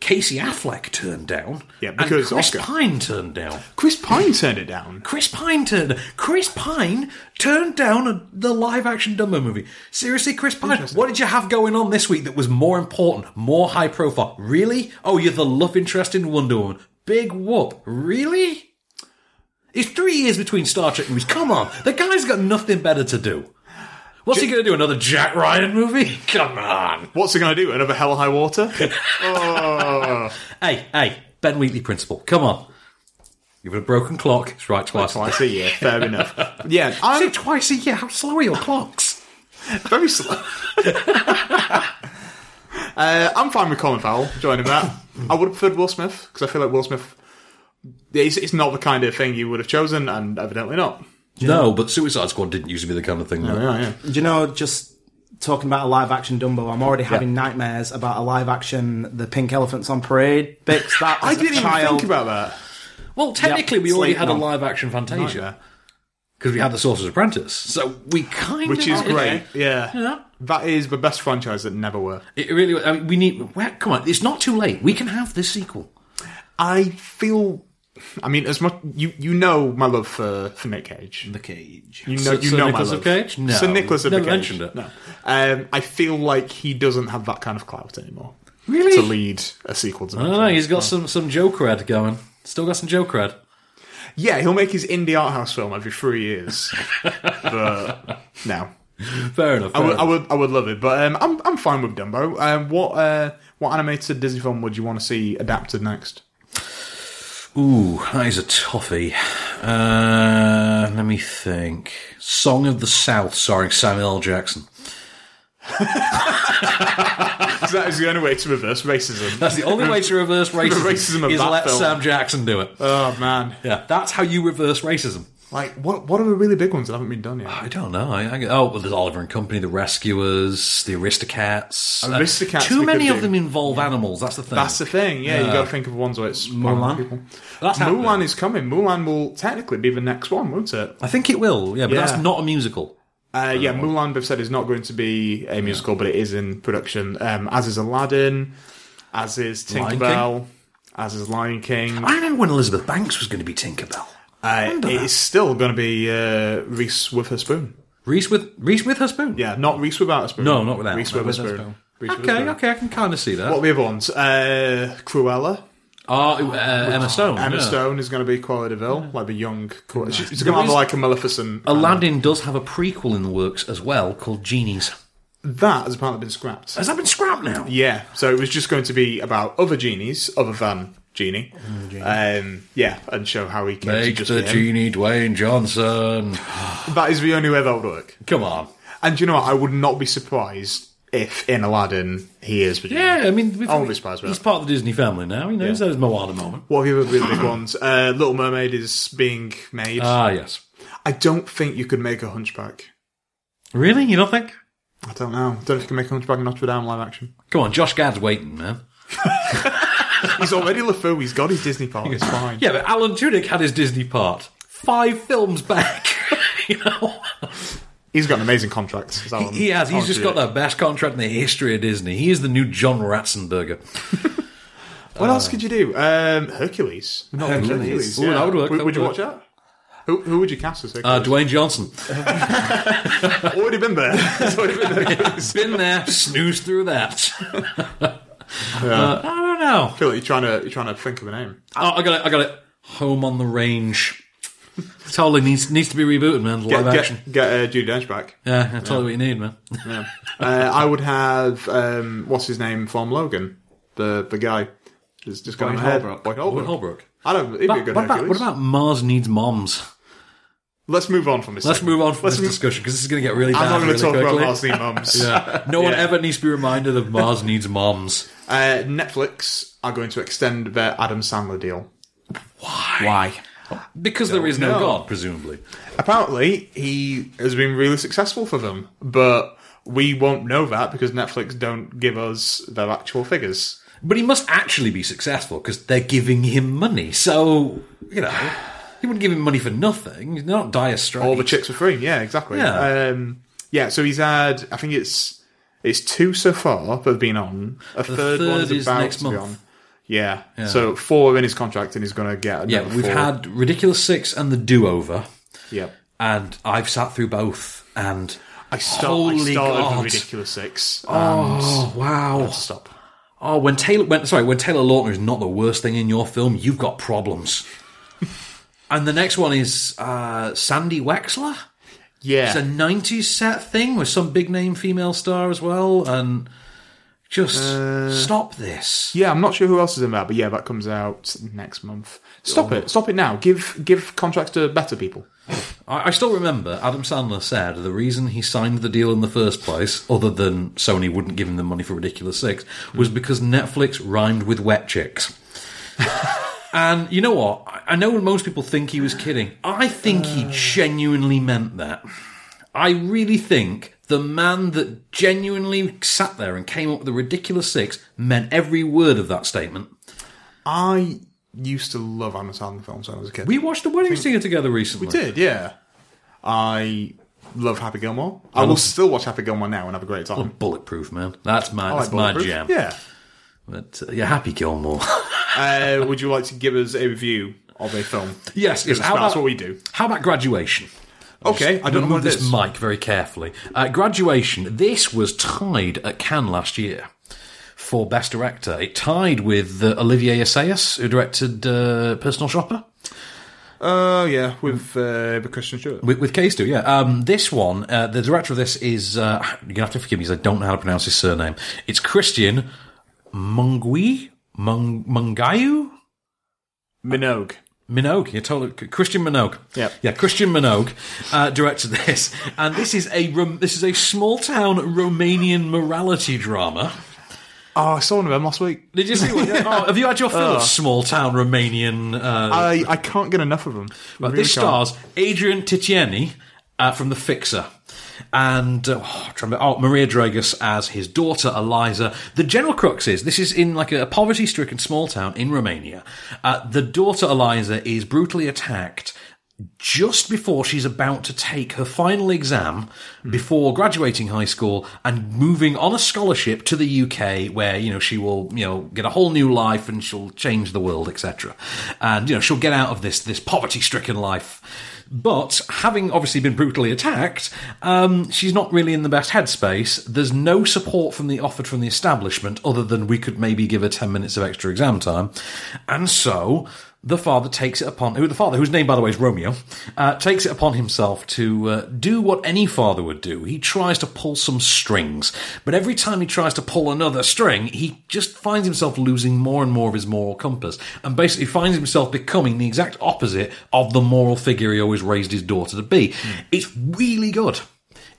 Casey Affleck turned down, Yeah, and because Chris Oscar. Pine turned down. Chris Pine turned it down. Chris Pine turned Chris Pine turned down a, the live action Dumbo movie. Seriously, Chris Pine, what did you have going on this week that was more important, more high profile? Really? Oh, you're the love interest in Wonder Woman. Big whoop. Really? It's three years between Star Trek movies. Come on, the guy's got nothing better to do. What's he going to do? Another Jack Ryan movie? Come on. What's he going to do? Another Hell or High Water? oh. Hey, hey, Ben Wheatley principle. Come on. You've a broken clock. It's right twice. Twice a year. Fair enough. Yeah, I'm Say twice a year. How slow are your clocks? very slow. uh, I'm fine with Colin Farrell joining that. I would have preferred Will Smith because I feel like Will Smith. It's, it's not the kind of thing you would have chosen, and evidently not. No, but Suicide Squad didn't used to be the kind of thing. that- Yeah, yeah. Do you know, just talking about a live action Dumbo, I'm already having nightmares about a live action The Pink Elephants on Parade. Bits that I as a didn't even child. think about that. Well, technically, we Slate already had a one. live action Fantasia because we had the Sorcerer's Apprentice. So we kind Which of is okay. great. Yeah. That is the best franchise that never were. It really. I mean, we need. Well, come on, it's not too late. We can have this sequel. I feel. I mean, as much you you know my love for, for Nick Cage. The Cage. You know Sir- you Sir know Nicholas my of love. Cage? No. Sir Nicholas of Never the Cage. mentioned it. No. Um, I feel like he doesn't have that kind of clout anymore. Really? Oh, To lead a sequel to I don't know. He's got some some joke cred going. Still got some joke cred. Yeah, he'll make his indie art house film every three years. but no. Fair enough. fair I would, enough. I would, I would love it, but um, I'm, I'm fine with Dumbo. Um, what, uh, what animated Disney film would you want to see adapted next? Ooh, that is a toughie. Uh, let me think. Song of the South, starring Samuel L. Jackson. 'Cause that is the only way to reverse racism. That's the only way to reverse racism, The racism of is that let film. Sam Jackson do it. Oh man, Yeah, that's how you reverse racism. like what? What are the really big ones that haven't been done yet? I don't know. I, I, oh, well, there's Oliver and Company, The Rescuers, The Aristocats. Uh, Aristocats too we many could of do. them involve animals. That's the thing. That's the thing. Yeah, you Yeah. got to think of ones where it's Uh, Mulan? people. That's Mulan happening. is coming. Mulan will technically be the next one, won't it? I think it will. Yeah, but Yeah. that's not a musical. Uh, yeah, Mulan. They've said is not going to be a musical, but it is in production. Um, as is Aladdin, as is Lion Tinkerbell, as is Lion King. I remember when Elizabeth Banks was going to be Tinkerbell. Uh, remember it that. is still going to be uh, Reese with her spoon. Reese with Reese with her spoon. Yeah, not Reese without a spoon. No, not without. Reese no, with a with her spoon. spoon. Reese with a Okay, spoon. okay, I can kind of see that. What are the other ones? Uh, Cruella. Oh, uh, Emma Stone. Emma yeah. Stone is going to be Cruella de Vil, like the young. Cruella. She's, There going to have is- like a Maleficent. Aladdin does have a prequel in the works as well called Genies. That has apparently been scrapped. Has that been scrapped now? Yeah, so it was just going to be about other genies other than Genie. Um, yeah, and show how he came Make to just Mm, the be him. genie Dwayne Johnson. That is the only way that would work. Come on. And you know what? I would not be surprised if in Aladdin he is the genie. Yeah, I mean, we've- I won't be surprised by he's that. part of the Disney family now. He knows there's Moana moment. What are the other really big ones? Uh, Little Mermaid is being made. Ah, yes. I don't think you could make a Hunchback. Really? You don't think? I don't know. I don't know if you can make a Hunchback in Notre Dame live action. Come on, Josh Gad's waiting, man. He's already LeFou. He's got his Disney part. It's fine. Yeah, but Alan Tudyk had his Disney part five films back. you know, He's got an amazing contract. Is that he, one- he has. He's Alan just got Tudyk. the best contract in the history of Disney. He is the new John Ratzenberger. What else could you do? Um, Hercules. Not Hercules. Ooh, yeah. that would work, Would, that would you would watch work. that? Who, who would you cast as Uh, Hercules? Dwayne Johnson. already been there. It's already been there. Uh, It's been there. Snooze through that. Uh, I don't know. I feel like you're trying to you're trying to think of a name. Oh, I got it. I got it. Home on the Range. Totally needs needs to be rebooted, man. Live Get action. get, get uh, Judy Dench back. Yeah, that's totally what you need, man. Yeah. uh, I would have um, what's his name from Logan, the the guy. That's just got Boyd him ahead. Holbrook. Boyd Holbrook. Boyd Holbrook. I don't. He'd be a What good about, Hercules. what about Mars needs moms? Let's move on from this. Let's segment. move on from Let's this move- discussion because this is going to get really bad. I'm not going really to talk about quickly. Marcy Mums. Yeah. No one Yeah. ever needs to be reminded of Mars needs moms. Uh, Netflix are going to extend their Adam Sandler deal. Why? Because there is no, know. God, presumably. Apparently, he has been really successful for them, but we won't know that because Netflix don't give us their actual figures. But he must actually be successful because they're giving him money. So, you know, he wouldn't give him money for nothing. He's not dire straits. All the chicks are free. Yeah, exactly. Yeah. Um, yeah. So he's had, I think it's it's two so far that have been on. A third, third one's is about next to be month. on. Yeah. Yeah. So four are in his contract, and he's going to get. Yeah, another we've four. had Ridiculous Six and The Do Over, Yep. and I've sat through both. And I, start, I Holy started God. with Ridiculous Six. Oh, and wow. Stop. Oh, when Taylor when sorry, when Taylor Lautner is not the worst thing in your film, you've got problems. and the next one is uh, Sandy Wexler. Yeah. It's a '90s set thing with some big name female star as well, and just stop this. Yeah, I'm not sure who else is in that, but yeah, that comes out next month. Stop it! Stop it now! Give give contracts to better people. I, I still remember Adam Sandler said the reason he signed the deal in the first place, other than Sony wouldn't give him the money for Ridiculous Six, was because Netflix rhymed with wet chicks. and you know what? I, I know most people think he was kidding. I think Uh. he genuinely meant that. I really think the man that genuinely sat there and came up with the Ridiculous Six meant every word of that statement. I used to love Adam Sandler films when I was a kid. We watched The Wedding Singer together recently. Hmm. We did, yeah. I love Happy Gilmore. I, will still watch Happy Gilmore now and have a great time. Bulletproof, man. That's my, I like that's my Oh, Bulletproof. jam. Yeah. But, uh, yeah, Happy Gilmore. uh, would you like to give us a review of a film? Yes, yes. Because How that's about- what we do. How about graduation? Okay, Oh, I don't know move what it this is. mic very carefully. Uh, graduation. This was tied at Cannes last year for best director. It tied with uh, Olivier Assayas, who directed uh, Personal Shopper. Oh, yeah, with uh, Christian Stewart. With, with Case do, yeah. Um, this one, uh, the director of this is, uh, you're going to have to forgive me because I don't know how to pronounce his surname. It's Christian Mungui? Mung, Mungayu? Minogue. Minogue, you're totally Christian Minogue. Yep. Yeah, Christian Minogue uh, directed this, and this is a Rom- this is a small town Romanian morality drama. Oh, I saw one of them last week. Did you see one? oh, have you had your fill Oh. of small town Romanian? Uh, I, I can't get enough of them. but Really this can't. stars Adrian Titiani uh, from The Fixer. And uh, oh, I'm trying to remember- oh, Maria Dragas as his daughter Eliza. The general crux is this is in like a poverty-stricken small town in Romania. Uh, the daughter Eliza is brutally attacked just before she's about to take her final exam before graduating high school and moving on a scholarship to the UK where you know she will you know get a whole new life and she'll change the world etc and you know she'll get out of this this poverty stricken life but having obviously been brutally attacked um, she's not really in the best headspace there's no support from the offered from the establishment other than we could maybe give her 10 minutes of extra exam time and so the father takes it upon who the father whose name by the way is romeo uh, takes it upon himself to uh, do what any father would do he tries to pull some strings but every time he tries to pull another string he just finds himself losing more and more of his moral compass and basically finds himself becoming the exact opposite of the moral figure he always raised his daughter to be it's really good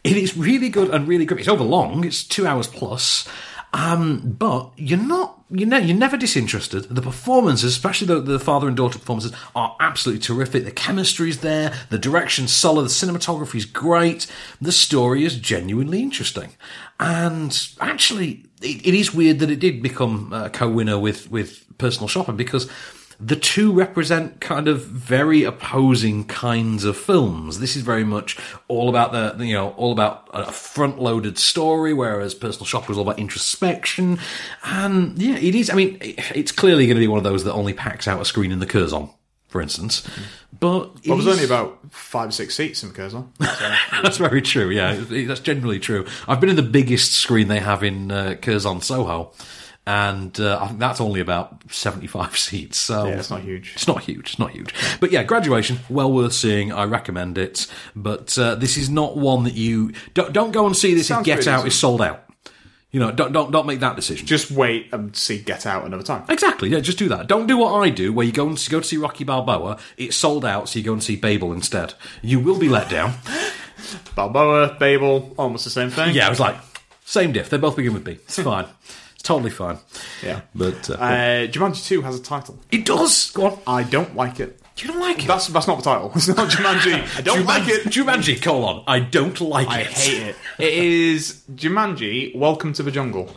it is really good and really good. It's over long. It's two hours plus. Um, but you're not, you know, you're never disinterested. The performances, especially the, the father and daughter performances, are absolutely terrific. The chemistry's there, the direction's solid, the cinematography's great, the story is genuinely interesting. And actually, it, it is weird that it did become a co-winner with, with Personal Shopper because the two represent kind of very opposing kinds of films. This is very much all about the you know all about a front-loaded story, whereas Personal Shopper is all about introspection. And yeah, it is. I mean, it- it's clearly going to be one of those that only packs out a screen in the Curzon, for instance. But it Well, there's is- only about five, six seats in Curzon. that's very true. Yeah, that's generally true. I've been in the biggest screen they have in uh, Curzon Soho, and uh, I think that's only about seventy-five seats. So Yeah, it's not huge. It's not huge. It's not huge. But yeah, graduation, well worth seeing. I recommend it. But uh, this is not one that you don't, don't go and see this. If Sounds Get pretty Out decent. is sold out. You know, don't don't don't make that decision. Just wait and see Get Out another time. Exactly. Yeah, just do that. Don't do what I do, where you go and go to see Rocky Balboa. It's sold out, so you go and see Babel instead. You will be let down. Balboa, Babel, almost the same thing. Yeah, I was like, same diff. They both begin with B. It's fine. it's totally fine. Yeah. But uh, Uh, Jumanji 2 has a title. it does. Go on. I don't like it. You don't like it. That's that's not the title. It's not Jumanji. I don't Juman- like it. Jumanji colon. I don't like I it. hate it. It is Jumanji, Welcome to the Jungle.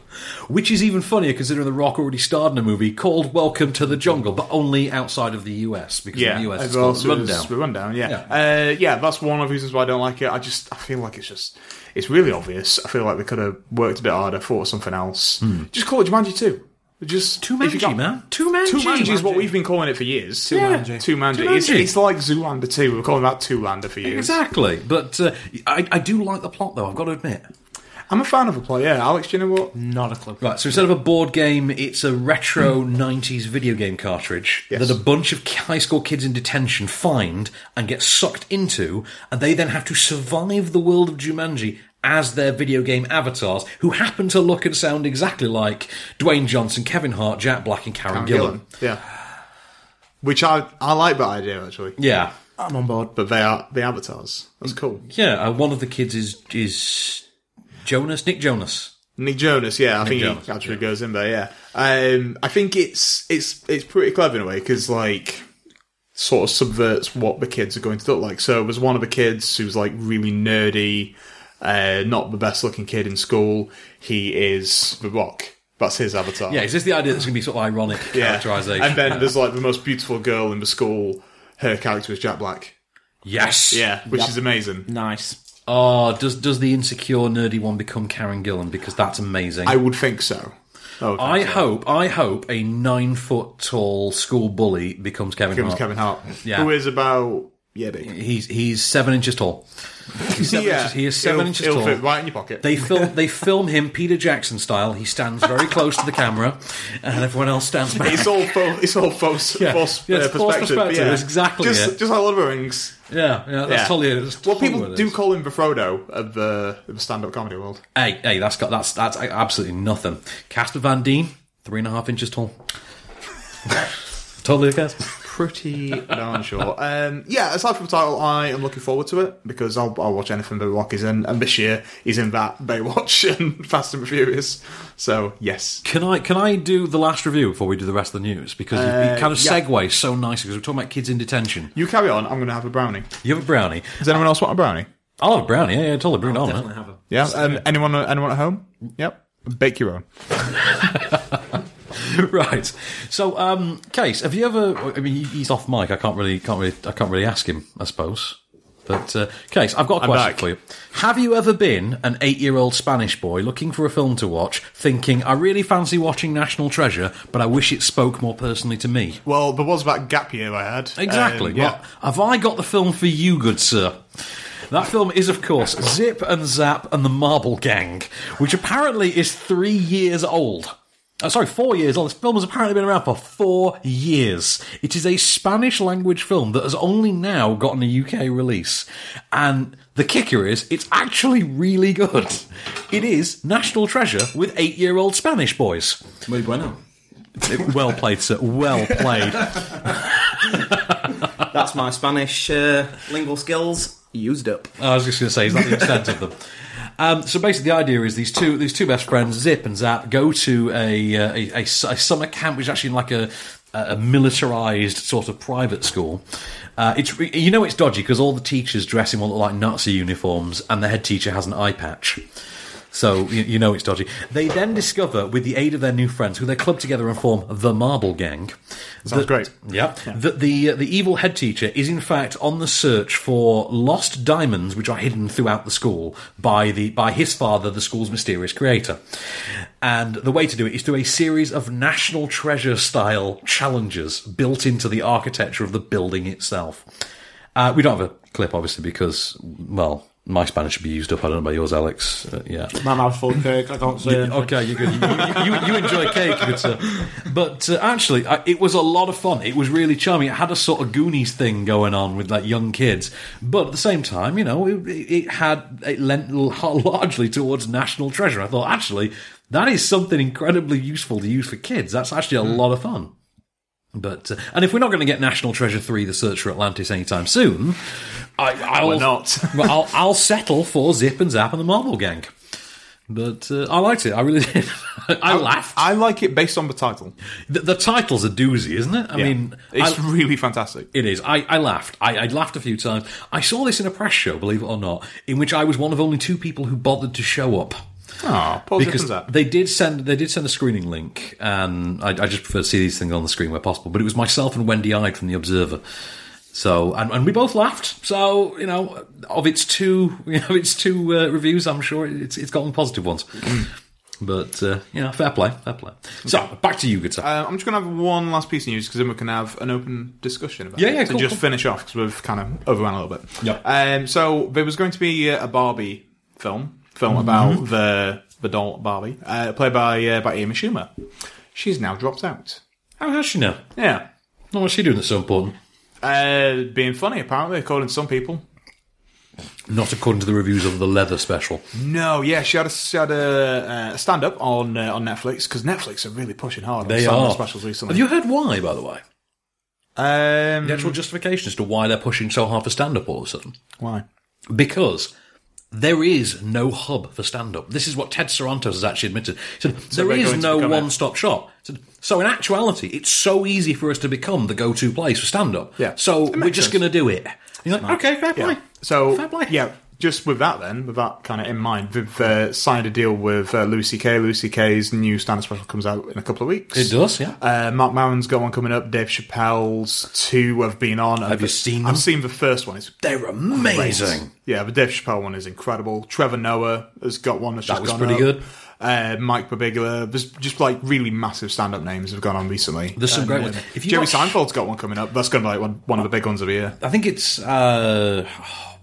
Which is even funnier considering The Rock already starred in a movie called Welcome to the Jungle, but only outside of the US because in the US it's as called well Rundown. as the rundown. Yeah, yeah. Uh, yeah. That's one of the reasons why I don't like it. I just I feel like it's just it's really obvious. I feel like they could have worked a bit harder, thought of something else. Just call it Jumanji Two. Just Too if you mangy, can't- man. Too mangy. Jumanji is what we've been calling it for years. Yeah. Jumanji. Jumanji. It's, Jumanji. it's like Zoolander 2. We were calling that Lander for years. Exactly. But uh, I, I do like the plot, though, I've got to admit. I'm a fan of the play, yeah. Alex, do you know what? Not a clue. Right, so instead of a board game, it's a retro 90s video game cartridge Yes. that a bunch of high school kids in detention find and get sucked into, and they then have to survive the world of Jumanji as their video game avatars, who happen to look and sound exactly like Dwayne Johnson, Kevin Hart, Jack Black, and Karen, Gillan. Yeah. Which I I like that idea actually. Yeah. I'm on board. But they are the avatars. That's cool. Yeah, uh, one of the kids is is Jonas, Nick Jonas. Nick Jonas, yeah, I think Jonas, he actually goes in there. Yeah, um, I think it's it's it's pretty clever in a way because like sort of subverts what the kids are going to look like. So it was one of the kids who's like really nerdy, uh, not the best looking kid in school. He is the Rock. That's his avatar. Yeah, is this the idea that's going to be sort of ironic characterization? And then there's like the most beautiful girl in the school. Her character is Jack Black. Yes. Yeah, which Yep. is amazing. Nice. Oh, does does the insecure nerdy one become Karen Gillan? Because that's amazing. I would think so. Oh, I hope I hope a nine foot tall school bully becomes Kevin Becomes Hart. Kevin Hart. Yeah. Who is about yeah big. He's he's seven inches tall. He's seven Yeah. inches, he is 7 It'll- inches it'll tall. fit right in your pocket. They film they film him Peter Jackson style. He stands very close to the camera, and everyone else stands back. It's all faux, it's all false, Yeah. false, Yeah, it's uh, false perspective. perspective, Yeah. that's exactly just, it. just like Lord of the Rings. Yeah, yeah, that's totally it. That's well, totally people what it do is. call him the Frodo of the, of the stand-up comedy world. Hey, hey, that's got that's that's absolutely nothing. Casper Van Dien, three and a half inches tall. totally the case. Pretty darn sure. Um, yeah, aside from the title, I am looking forward to it because I'll, I'll watch anything that The Rock is in, and this year he's in that Baywatch and Fast and Furious. So yes, Can I can I do the last review before we do the rest of the news? Because it, Uh, it kind of yeah. segues so nicely because we're talking about kids in detention. you carry on. I'm going to have a brownie. You have a brownie. Does anyone else want a brownie? I'll have a brownie. Yeah, yeah totally. Bring it on. man. Yeah. Um, anyone? Anyone at home? Yep. Bake your own. right. So, um, Case, have you ever? I mean, he- he's off mic. I can't really, can't really, I can't really ask him. I suppose. But uh, Case, I've got a I'm question back. for you. Have you ever been an eight-year-old Spanish boy looking for a film to watch, thinking, "I really fancy watching National Treasure, but I wish it spoke more personally to me"? Well, there was that gap year I had. Exactly. Um, yeah. Well, have I got the film for you, good sir? That film is, of course, Zip and Zap and the Marble Gang, which apparently is three years old. Uh, sorry, four years old. This film has apparently been around for four years. It is a Spanish language film that has only now gotten a UK release. And the kicker is, it's actually really good. It is National Treasure with eight year old Spanish boys. Muy bueno. Well played, sir. Well played. That's my Spanish uh, lingual skills used up. I was just going to say, is that the extent of them? Um, so basically, the idea is these two these two best friends, Zip and Zap, go to a uh, a, a, su- a summer camp, which is actually in like a a militarized sort of private school. Uh, it's re- you know it's dodgy because all the teachers dress in what look like Nazi uniforms, and the head teacher has an eye patch. So you, you know it's dodgy. They then discover, with the aid of their new friends, who they club together and form the Marble Gang. that- Sounds great. yeah, that the uh, the evil head teacher is in fact on the search for lost diamonds, which are hidden throughout the school by the by his father, the school's mysterious creator. And the way to do it is through a series of national treasure style challenges built into the architecture of the building itself. Uh, we don't have a clip, obviously, because well, my Spanish should be used up. I don't know about yours, Alex. Uh, yeah. My mouth's full of cake. I can't say You- okay, you could you, you, you enjoy cake, but, uh, but uh, actually, I, it was a lot of fun. It was really charming. It had a sort of Goonies thing going on with like young kids, but at the same time, you know, it, it had it lent l- largely towards national treasure. I thought actually that is something incredibly useful to use for kids. That's actually Hmm. a lot of fun. But uh, and if we're not going to get National Treasure Three: The Search for Atlantis anytime soon, I, I'll We're not. well, I'll, I'll settle for Zip and Zap and the Marble Gang. But uh, I liked it. I really did. I laughed. I like it based on the title. The, the title's a doozy, isn't it? I Yeah. mean, it's I- really fantastic. it is. I, I laughed. I, I laughed a few times. I saw this in a press show, believe it or not, in which I was one of only two people who bothered to show up. Oh, Paul Ah, because Zippin's up. they did send they did send a screening link, and I, I just prefer to see these things on the screen where possible. But it was myself and Wendy Ide from the Observer. So and, and we both laughed. So you know, of its two you know its two uh, reviews, I'm sure it's it's gotten positive ones. but uh, you know, fair play, fair play. So back to you, good sir. Um, I'm just going to have one last piece of news because then we can have an open discussion about Yeah, it yeah, to cool, just cool. finish off because we've kind of overrun a little bit. Yeah. Um, so there was going to be uh, a Barbie film, film Mm-hmm. about the the doll Barbie, uh, played by uh, by Amy Schumer. She's now dropped out. How has she now? Yeah, What was she doing that's so important? uh, being funny apparently, according to some people. Not according to the reviews of the leather special. No, yeah, she had a, she had a uh, stand up on uh, on Netflix because Netflix are really pushing hard. on They stand-up are. specials recently. Have you heard why, by the way? Um, The actual justification as to why they're pushing so hard for stand up all of a sudden. Why? because there is no hub for stand up. This is what Ted Sarantos has actually admitted. He said, So there we're is going to no become it." one stop shop. He said, so in actuality, it's so easy for us to become the go to place for stand up. Yeah. So we're makes just sense. going to do it. You're like, okay, fair play. So Fair play. yeah, just with that, then, with that kind of in mind, they've uh, signed a deal with uh, Lucy K. Lucy K's new stand special comes out in a couple of weeks. It does, yeah. Uh, Mark Maron's got one coming up. Dave Chappelle's two have been on. Have you seen I've them? seen the first one. It's They're amazing. great. Yeah, the Dave Chappelle one is incredible. Trevor Noah has got one that's That just was gone pretty up. good. Uh, Mike Babigula. There's just like really massive stand-up names have gone on recently. There's some Um, great ones. yeah. If you Jerry watch- Seinfeld's got one coming up. That's going to be like one, one of the big ones of the year. I think it's uh,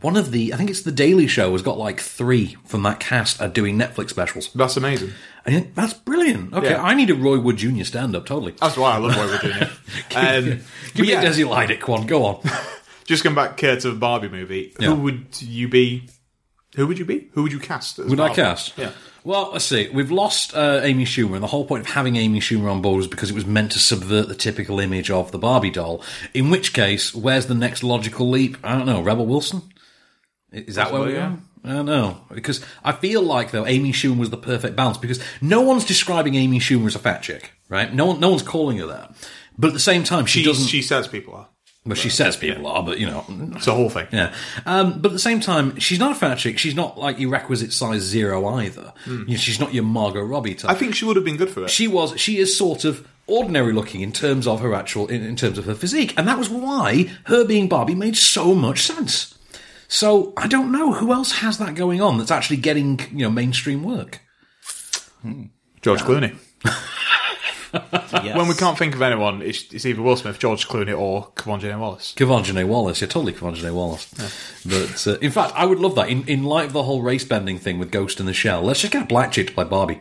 one of the. I think it's the Daily Show has got like three from that cast are doing Netflix specials. That's amazing. And you think, that's brilliant. Okay, Yeah. I need a Roy Wood Jr. stand up. Totally. That's why I love why we're doing it. Um, but Give me yeah. a Desi Lydic one. Go on. Just come back uh, to the Barbie movie. Yeah. Who would you be? Who would you be? Who would you cast? As Would I Barbie? cast? Yeah. Well, let's see. We've lost uh, Amy Schumer, and the whole point of having Amy Schumer on board was because it was meant to subvert the typical image of the Barbie doll. In which case, where's the next logical leap? I don't know. Rebel Wilson? I- Is that where Possibly, we yeah. are? I don't know. Because I feel like, though, Amy Schumer was the perfect balance because no one's describing Amy Schumer as a fat chick, right? No, one, no one's calling her that. But at the same time, she She, doesn't. she says people are. Well, she says people are, but you know, it's a whole thing. Yeah, um, but at the same time, she's not a fat chick. She's not like your requisite size zero either. You know, she's not your Margot Robbie type. I think she would have been good for it. she was. She is sort of ordinary looking in terms of her actual, in, in terms of her physique, and that was why her being Barbie made so much sense. So I don't know who else has that going on that's actually getting you know mainstream work. George Clooney. When we can't think of anyone, it's, it's either Will Smith, George Clooney, or Kevon Wallace. Kevonjane Wallace, yeah, totally Kevonjane Wallace. But uh, in fact, I would love that. In, in light of the whole race bending thing with Ghost in the Shell, let's just get a black chick to play Barbie.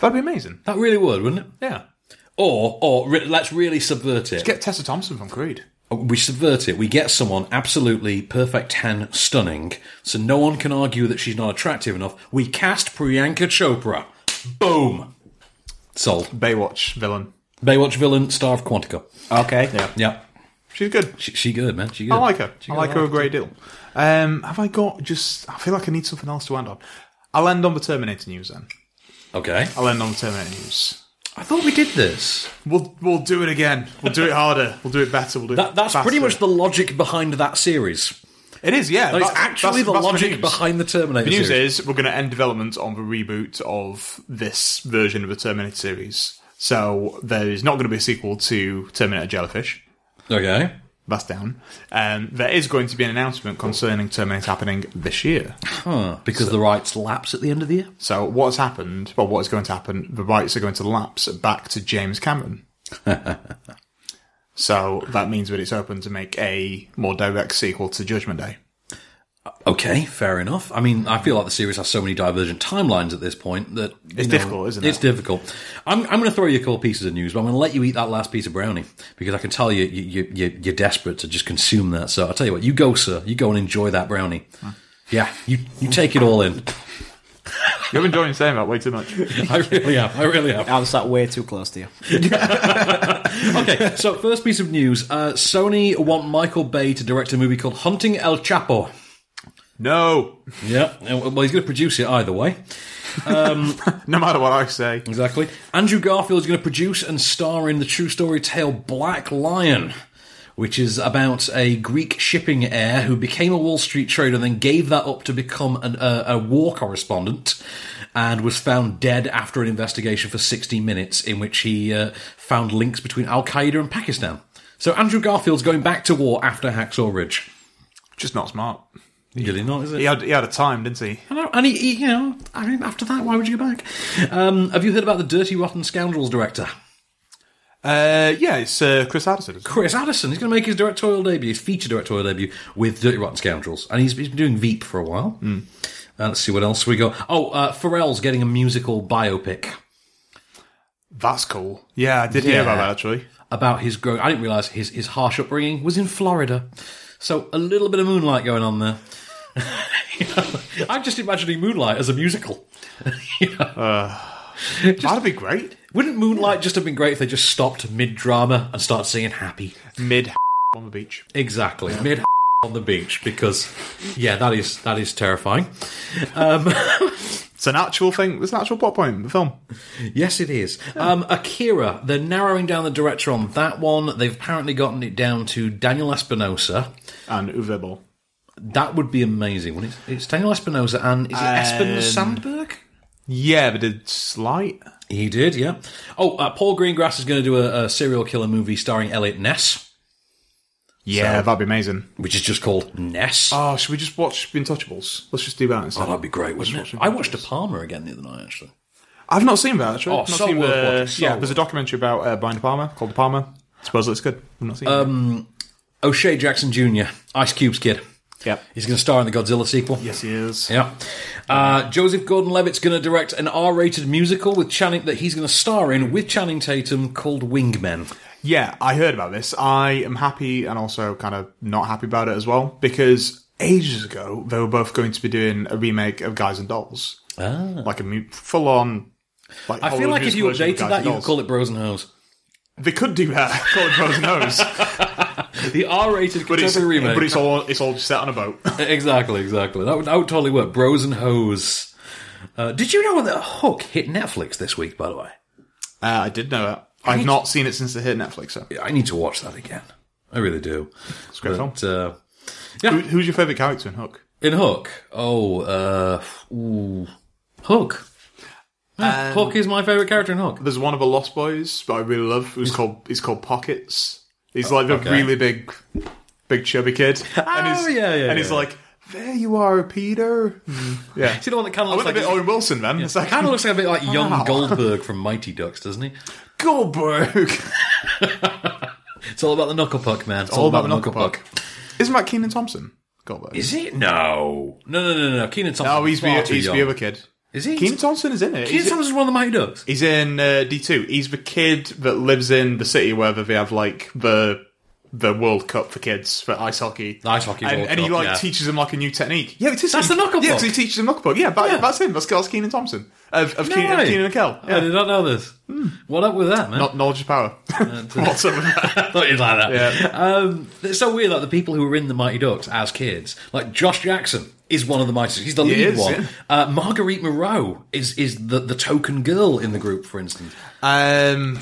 That'd be amazing. That really would, wouldn't it? Yeah. Or or re- let's really subvert it. Get Tessa Thompson from Creed. we subvert it. We get someone absolutely perfect ten, stunning, so no one can argue that she's not attractive enough. We cast Priyanka Chopra. Boom. Sold. Baywatch villain. Baywatch villain, star of Quantico. Okay. Yeah. Yeah. She's good. She, she good, man. She good. Oh, I like her. She I good. like her a great deal. Um, have I got just? I feel like I need something else to end on. I'll end on the Terminator news then. Okay. I'll end on the Terminator news. I thought we did this. We'll we'll do it again. We'll do it harder. We'll do it better. We'll do That, it that's pretty faster. much the logic behind that series. It is, yeah. That is That's- actually that's- the that's logic news. behind the Terminator The news series. is we're going to end development on the reboot of this version of the Terminator series. So there is not going to be a sequel to Terminator Jellyfish. Okay. That's down. Um, there is going to be an announcement concerning Terminator happening this year. Huh, because the rights lapse at the end of the year. So what's happened? Well, what is going to happen? The rights are going to lapse back to James Cameron. so that means that it's open to make a more direct sequel to Judgment Day. Okay, fair enough. I mean, I feel like the series has so many divergent timelines at this point that you It's difficult, isn't it? It's difficult. I'm, I'm going to throw you a couple pieces of news, but I'm going to let you eat that last piece of brownie because I can tell you, you, you, you you're desperate to just consume that. So I'll tell you what, you go, sir. You go and enjoy that brownie. Yeah, you you take it all in. You're enjoying saying that way too much. I really am. I really am. I was sat way too close to you. Okay, so first piece of news: uh, Sony want Michael Bay to direct a movie called Hunting El Chapo. No, Yeah, well, he's going to produce it either way. Um, no matter what I say. Exactly. Andrew Garfield is going to produce and star in the true story tale Black Lion, which is about a Greek shipping heir who became a Wall Street trader, then gave that up to become an, uh, a war correspondent, and was found dead after an investigation for 60 minutes, in which he uh, found links between Al Qaeda and Pakistan. So Andrew Garfield's going back to war after Hacksaw Ridge. Just not smart. Really not, is it? He had he had a time, didn't he? I know, and he, he, you know, I mean, after that, why would you go back? Um, have you heard about the Dirty Rotten Scoundrels director? Uh, yeah, it's uh, Chris Addison. Chris Addison. He's going to make his directorial debut, his feature directorial debut with Dirty Rotten Scoundrels, and he's, he's been doing Veep for a while. Uh, let's see what else we got. Oh, uh, Pharrell's getting a musical biopic That's cool. Yeah, I did hear about that actually. about his growing. I didn't realize his his harsh upbringing was in Florida, so a little bit of moonlight going on there. You know, I'm just imagining Moonlight as a musical. You know? That'd be great. Wouldn't Moonlight just have been great if they just stopped mid drama and started singing happy? Mid on the beach. Exactly. Mid on the beach because yeah, that is that is terrifying. Um, It's an actual thing. It's an actual plot point in the film. yes, it is. Um, Akira. They're narrowing down the director on that one. They've apparently gotten it down to Daniel Espinosa. And Uwe Boll. That would be amazing. Well, it's, it's Daniel Espinosa and is it Espen Um, Sandberg? Yeah, but did Slight? He did, yeah. Oh, uh, Paul Greengrass is going to do a, a serial killer movie starring Elliot Ness. Yeah, that'd be amazing. Which is just called Ness. Oh, should we just watch The Untouchables? Let's just do that instead. Oh, that'd be great, wouldn't it? I watched a Palmer again the other night, actually. I've not seen that, actually. Oh, I've not so seen the- worth watching, so yeah, there's a documentary about uh, Brian De Palma called De Palma. suppose it's good. I've not seen um, O'Shea Jackson Jr., Ice Cube's kid. Yep. He's going to star in the Godzilla sequel. Yes, he is. Yeah. Uh, Joseph Gordon Levitt's going to direct an R rated musical with Channing that he's going to star in with Channing Tatum called Wingmen. Yeah, I heard about this. I am happy and also kind of not happy about it as well because ages ago they were both going to be doing a remake of Guys and Dolls, Ah. like a full on. Like I feel Hollywood like if you musical Oh, version updated of Guys that, and you Dolls. would call it Bros and Hoes. They could do that. Call it Bros and Hoes. the R-rated but it's, contemporary remake. But it's all it's all just set on a boat. Uh, exactly, exactly. That would, that would totally work. Bros and Hoes. Uh, did you know that Hook hit Netflix this week, by the way? Uh, I did know that. I I've need not seen it since it hit Netflix. So. I need to watch that again. I really do. It's great Uh, yeah. Who, who's your favourite character in Hook? in Hook, oh, uh, ooh, Hook. Yeah, Um, Hook is my favourite character in Hook. There's one of the Lost Boys that I really love. Who's called he's called Pockets. He's like the Oh, okay. really big, big chubby kid. And Oh, he's, yeah, yeah, And he's yeah. like, there you are, Peter. Yeah. See the one that kind I of looks went a like bit Owen Wilson then. It's like, kind of looks like a bit like young Wow. Goldberg from Mighty Ducks, doesn't he? Goldberg. It's all about the knuckle puck, man. It's all about the knuckle puck. Isn't that Keenan Thompson? Goldberg. Is it? No. No, no, no, no. Keenan Thompson. No, he's far the, too he's young. the other kid. Is he? Keenan Thompson is in it. Keenan He's- Thompson's one of the Mighty Ducks. He's in uh, D two. He's the kid that lives in the city where they have like the the World Cup for kids for ice hockey. Ice hockey and, World and he Cup, like yeah. teaches him like a new technique. Yeah, it is That's him. the knuckle Yeah, puck. 'cause he teaches him knuckle puck. Yeah, that, Yeah. that's him. That's Carl Keenan Thompson of, of Keenan, way. of Keenan and Kel. I Yeah. Hmm. did not know this. What up with that, man? Not knowledge is power. What's up with that? thought you'd like that. Yeah. Um, it's so weird, like the people who were in the Mighty Ducks as kids, like Josh Jackson is one of the Mighty Ducks. He's the He lead is, one. yeah. Uh, Marguerite Moreau is is the, the token girl in the group, for instance. Um,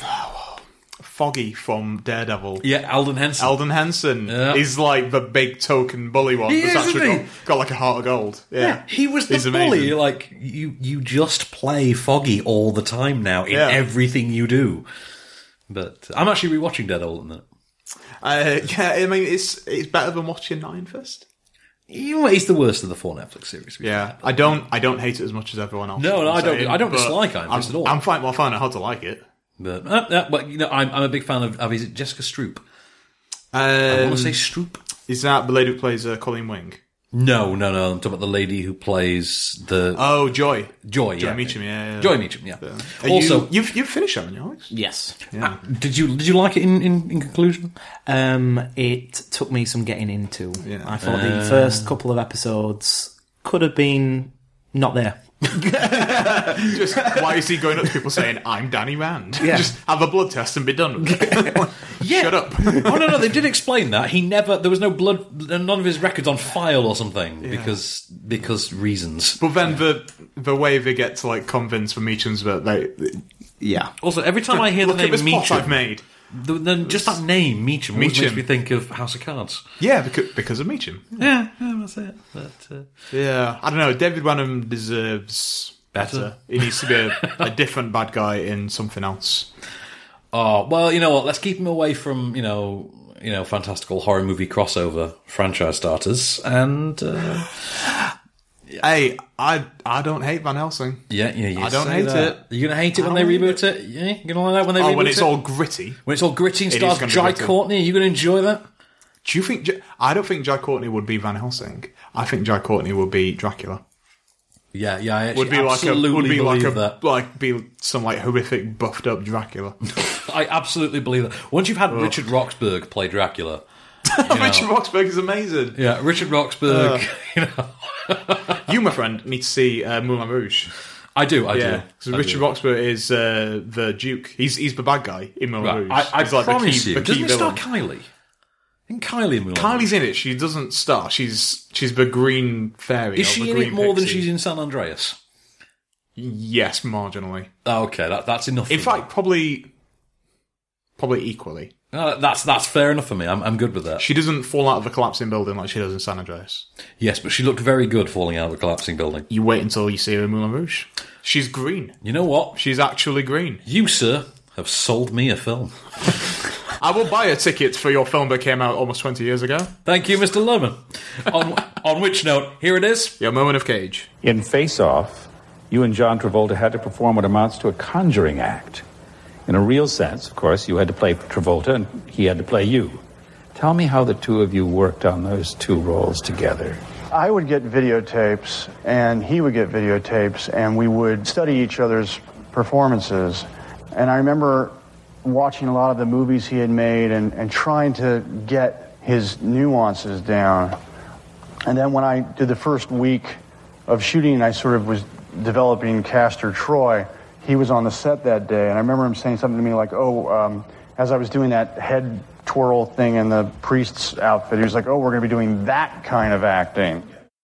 Foggy from Daredevil. Yeah, Alden Henson. Alden Henson Yeah. is like the big token bully one. He that's is, actually isn't got, got like a heart of gold. Yeah, he was the He's bully. amazing. Like you, you just play Foggy all the time now in Yeah. everything you do. But I'm actually rewatching Daredevil at the minute. Uh, yeah, I mean it's it's better than watching Iron Fist. You know, He's the worst of the four Netflix series. Yeah, I don't I don't hate it as much as everyone else. No, no, I'm I don't- saying, I don't but dislike Iron I'm- Fist at all. I'm fine. Well, I find it hard to like it. But, uh, uh, but you know, I'm, I'm a big fan of, of is it Jessica Stroop? I Um, want to say Stroop. is that the lady who plays uh, Colleen Wing? No, no, no. I'm talking about the lady who plays the Oh, Joy. Ah, Joy. Joy yeah. Meacham. Yeah, yeah. Joy Meacham. Yeah. Are Also, ah, you, have you've finished, haven't you, Alex? Yes. Yeah. did you did you like it in, in, in conclusion? Um, it took me some getting into. Yeah. I thought Uh. the first couple of episodes could have been not there. Just why is he going up to people saying I'm Danny Rand? Yeah. Just have a blood test and be done. with it. Yeah. Shut up. oh no, no. They did explain that he never. There was no blood. None of his records on file or something because because reasons. But then the the way they get to like convince the Meachams that they yeah. Also, every time I hear the Look at name this plot I've Meacham, made. the, then just that name Meacham, Hmm. always Meacham. makes me think of House of Cards. Yeah, because, because of Meacham. Yeah, yeah that's it. But, uh, Yeah, I don't know. David Wenham deserves better. Better. He needs to be a, a different bad guy in something else. Oh well, you know what? Let's keep him away from you know you know fantastical horror movie crossover franchise starters. And uh, Hey, I I don't hate Van Helsing. yeah, yeah, you I don't say hate that. it. You're gonna hate it I when they don't hate reboot it. Yeah, you're gonna like that when they Oh, reboot when it's it? all gritty. when it's all gritty and It is stars gonna be Jai gritty. Courtney. Are you gonna enjoy that? Do you think? J- I don't think Jai Courtney would be Van Helsing. I think Jai Courtney would be Dracula. Yeah, yeah. I Would be like a absolutely would be like believe a that. like be some like horrific buffed up Dracula. I absolutely believe that. Once you've had Richard Roxburgh play Dracula, you know- Richard Roxburgh is amazing. yeah, Richard Roxburgh. you know, You, my friend, need to see uh, Moulin Rouge. I do, I yeah, do. because I Richard do. Roxburgh is uh, the Duke. He's he's the bad guy in Moulin Rouge. I, I He's like the key- promise you. the key Doesn't it star villain. Kylie? In Kylie, in Moulin Rouge? Kylie's in it. She doesn't star. She's she's the green fairy. Is or the she in green it more than pixie. she's in San Andreas? Yes, marginally. Okay, that, that's enough. In for me. fact, probably probably equally. Uh, that's that's fair enough for me. I'm, I'm good with that. She doesn't fall out of a collapsing building like she does in San Andreas. Yes, but she looked very good falling out of a collapsing building. You wait until you see her in Moulin Rouge. She's green. You know what? She's actually green. You, sir, have sold me a film. I will buy a ticket for your film that came out almost 20 years ago. Thank you, Mr. Lerman. on, on which note, here it is. Your moment of cage. In Face Off, you and John Travolta had to perform what amounts to a conjuring act. In a real sense, of course, you had to play Travolta and he had to play you. Tell me how the two of you worked on those two roles together. I would get videotapes and he would get videotapes and we would study each other's performances. And I remember watching a lot of the movies he had made and, and trying to get his nuances down. And then when I did the first week of shooting, I sort of was developing Castor Troy. He was on the set that day, and I remember him saying something to me like, Oh, um, as I was doing that head twirl thing in the priest's outfit, he was like, Oh, we're going to be doing that kind of acting.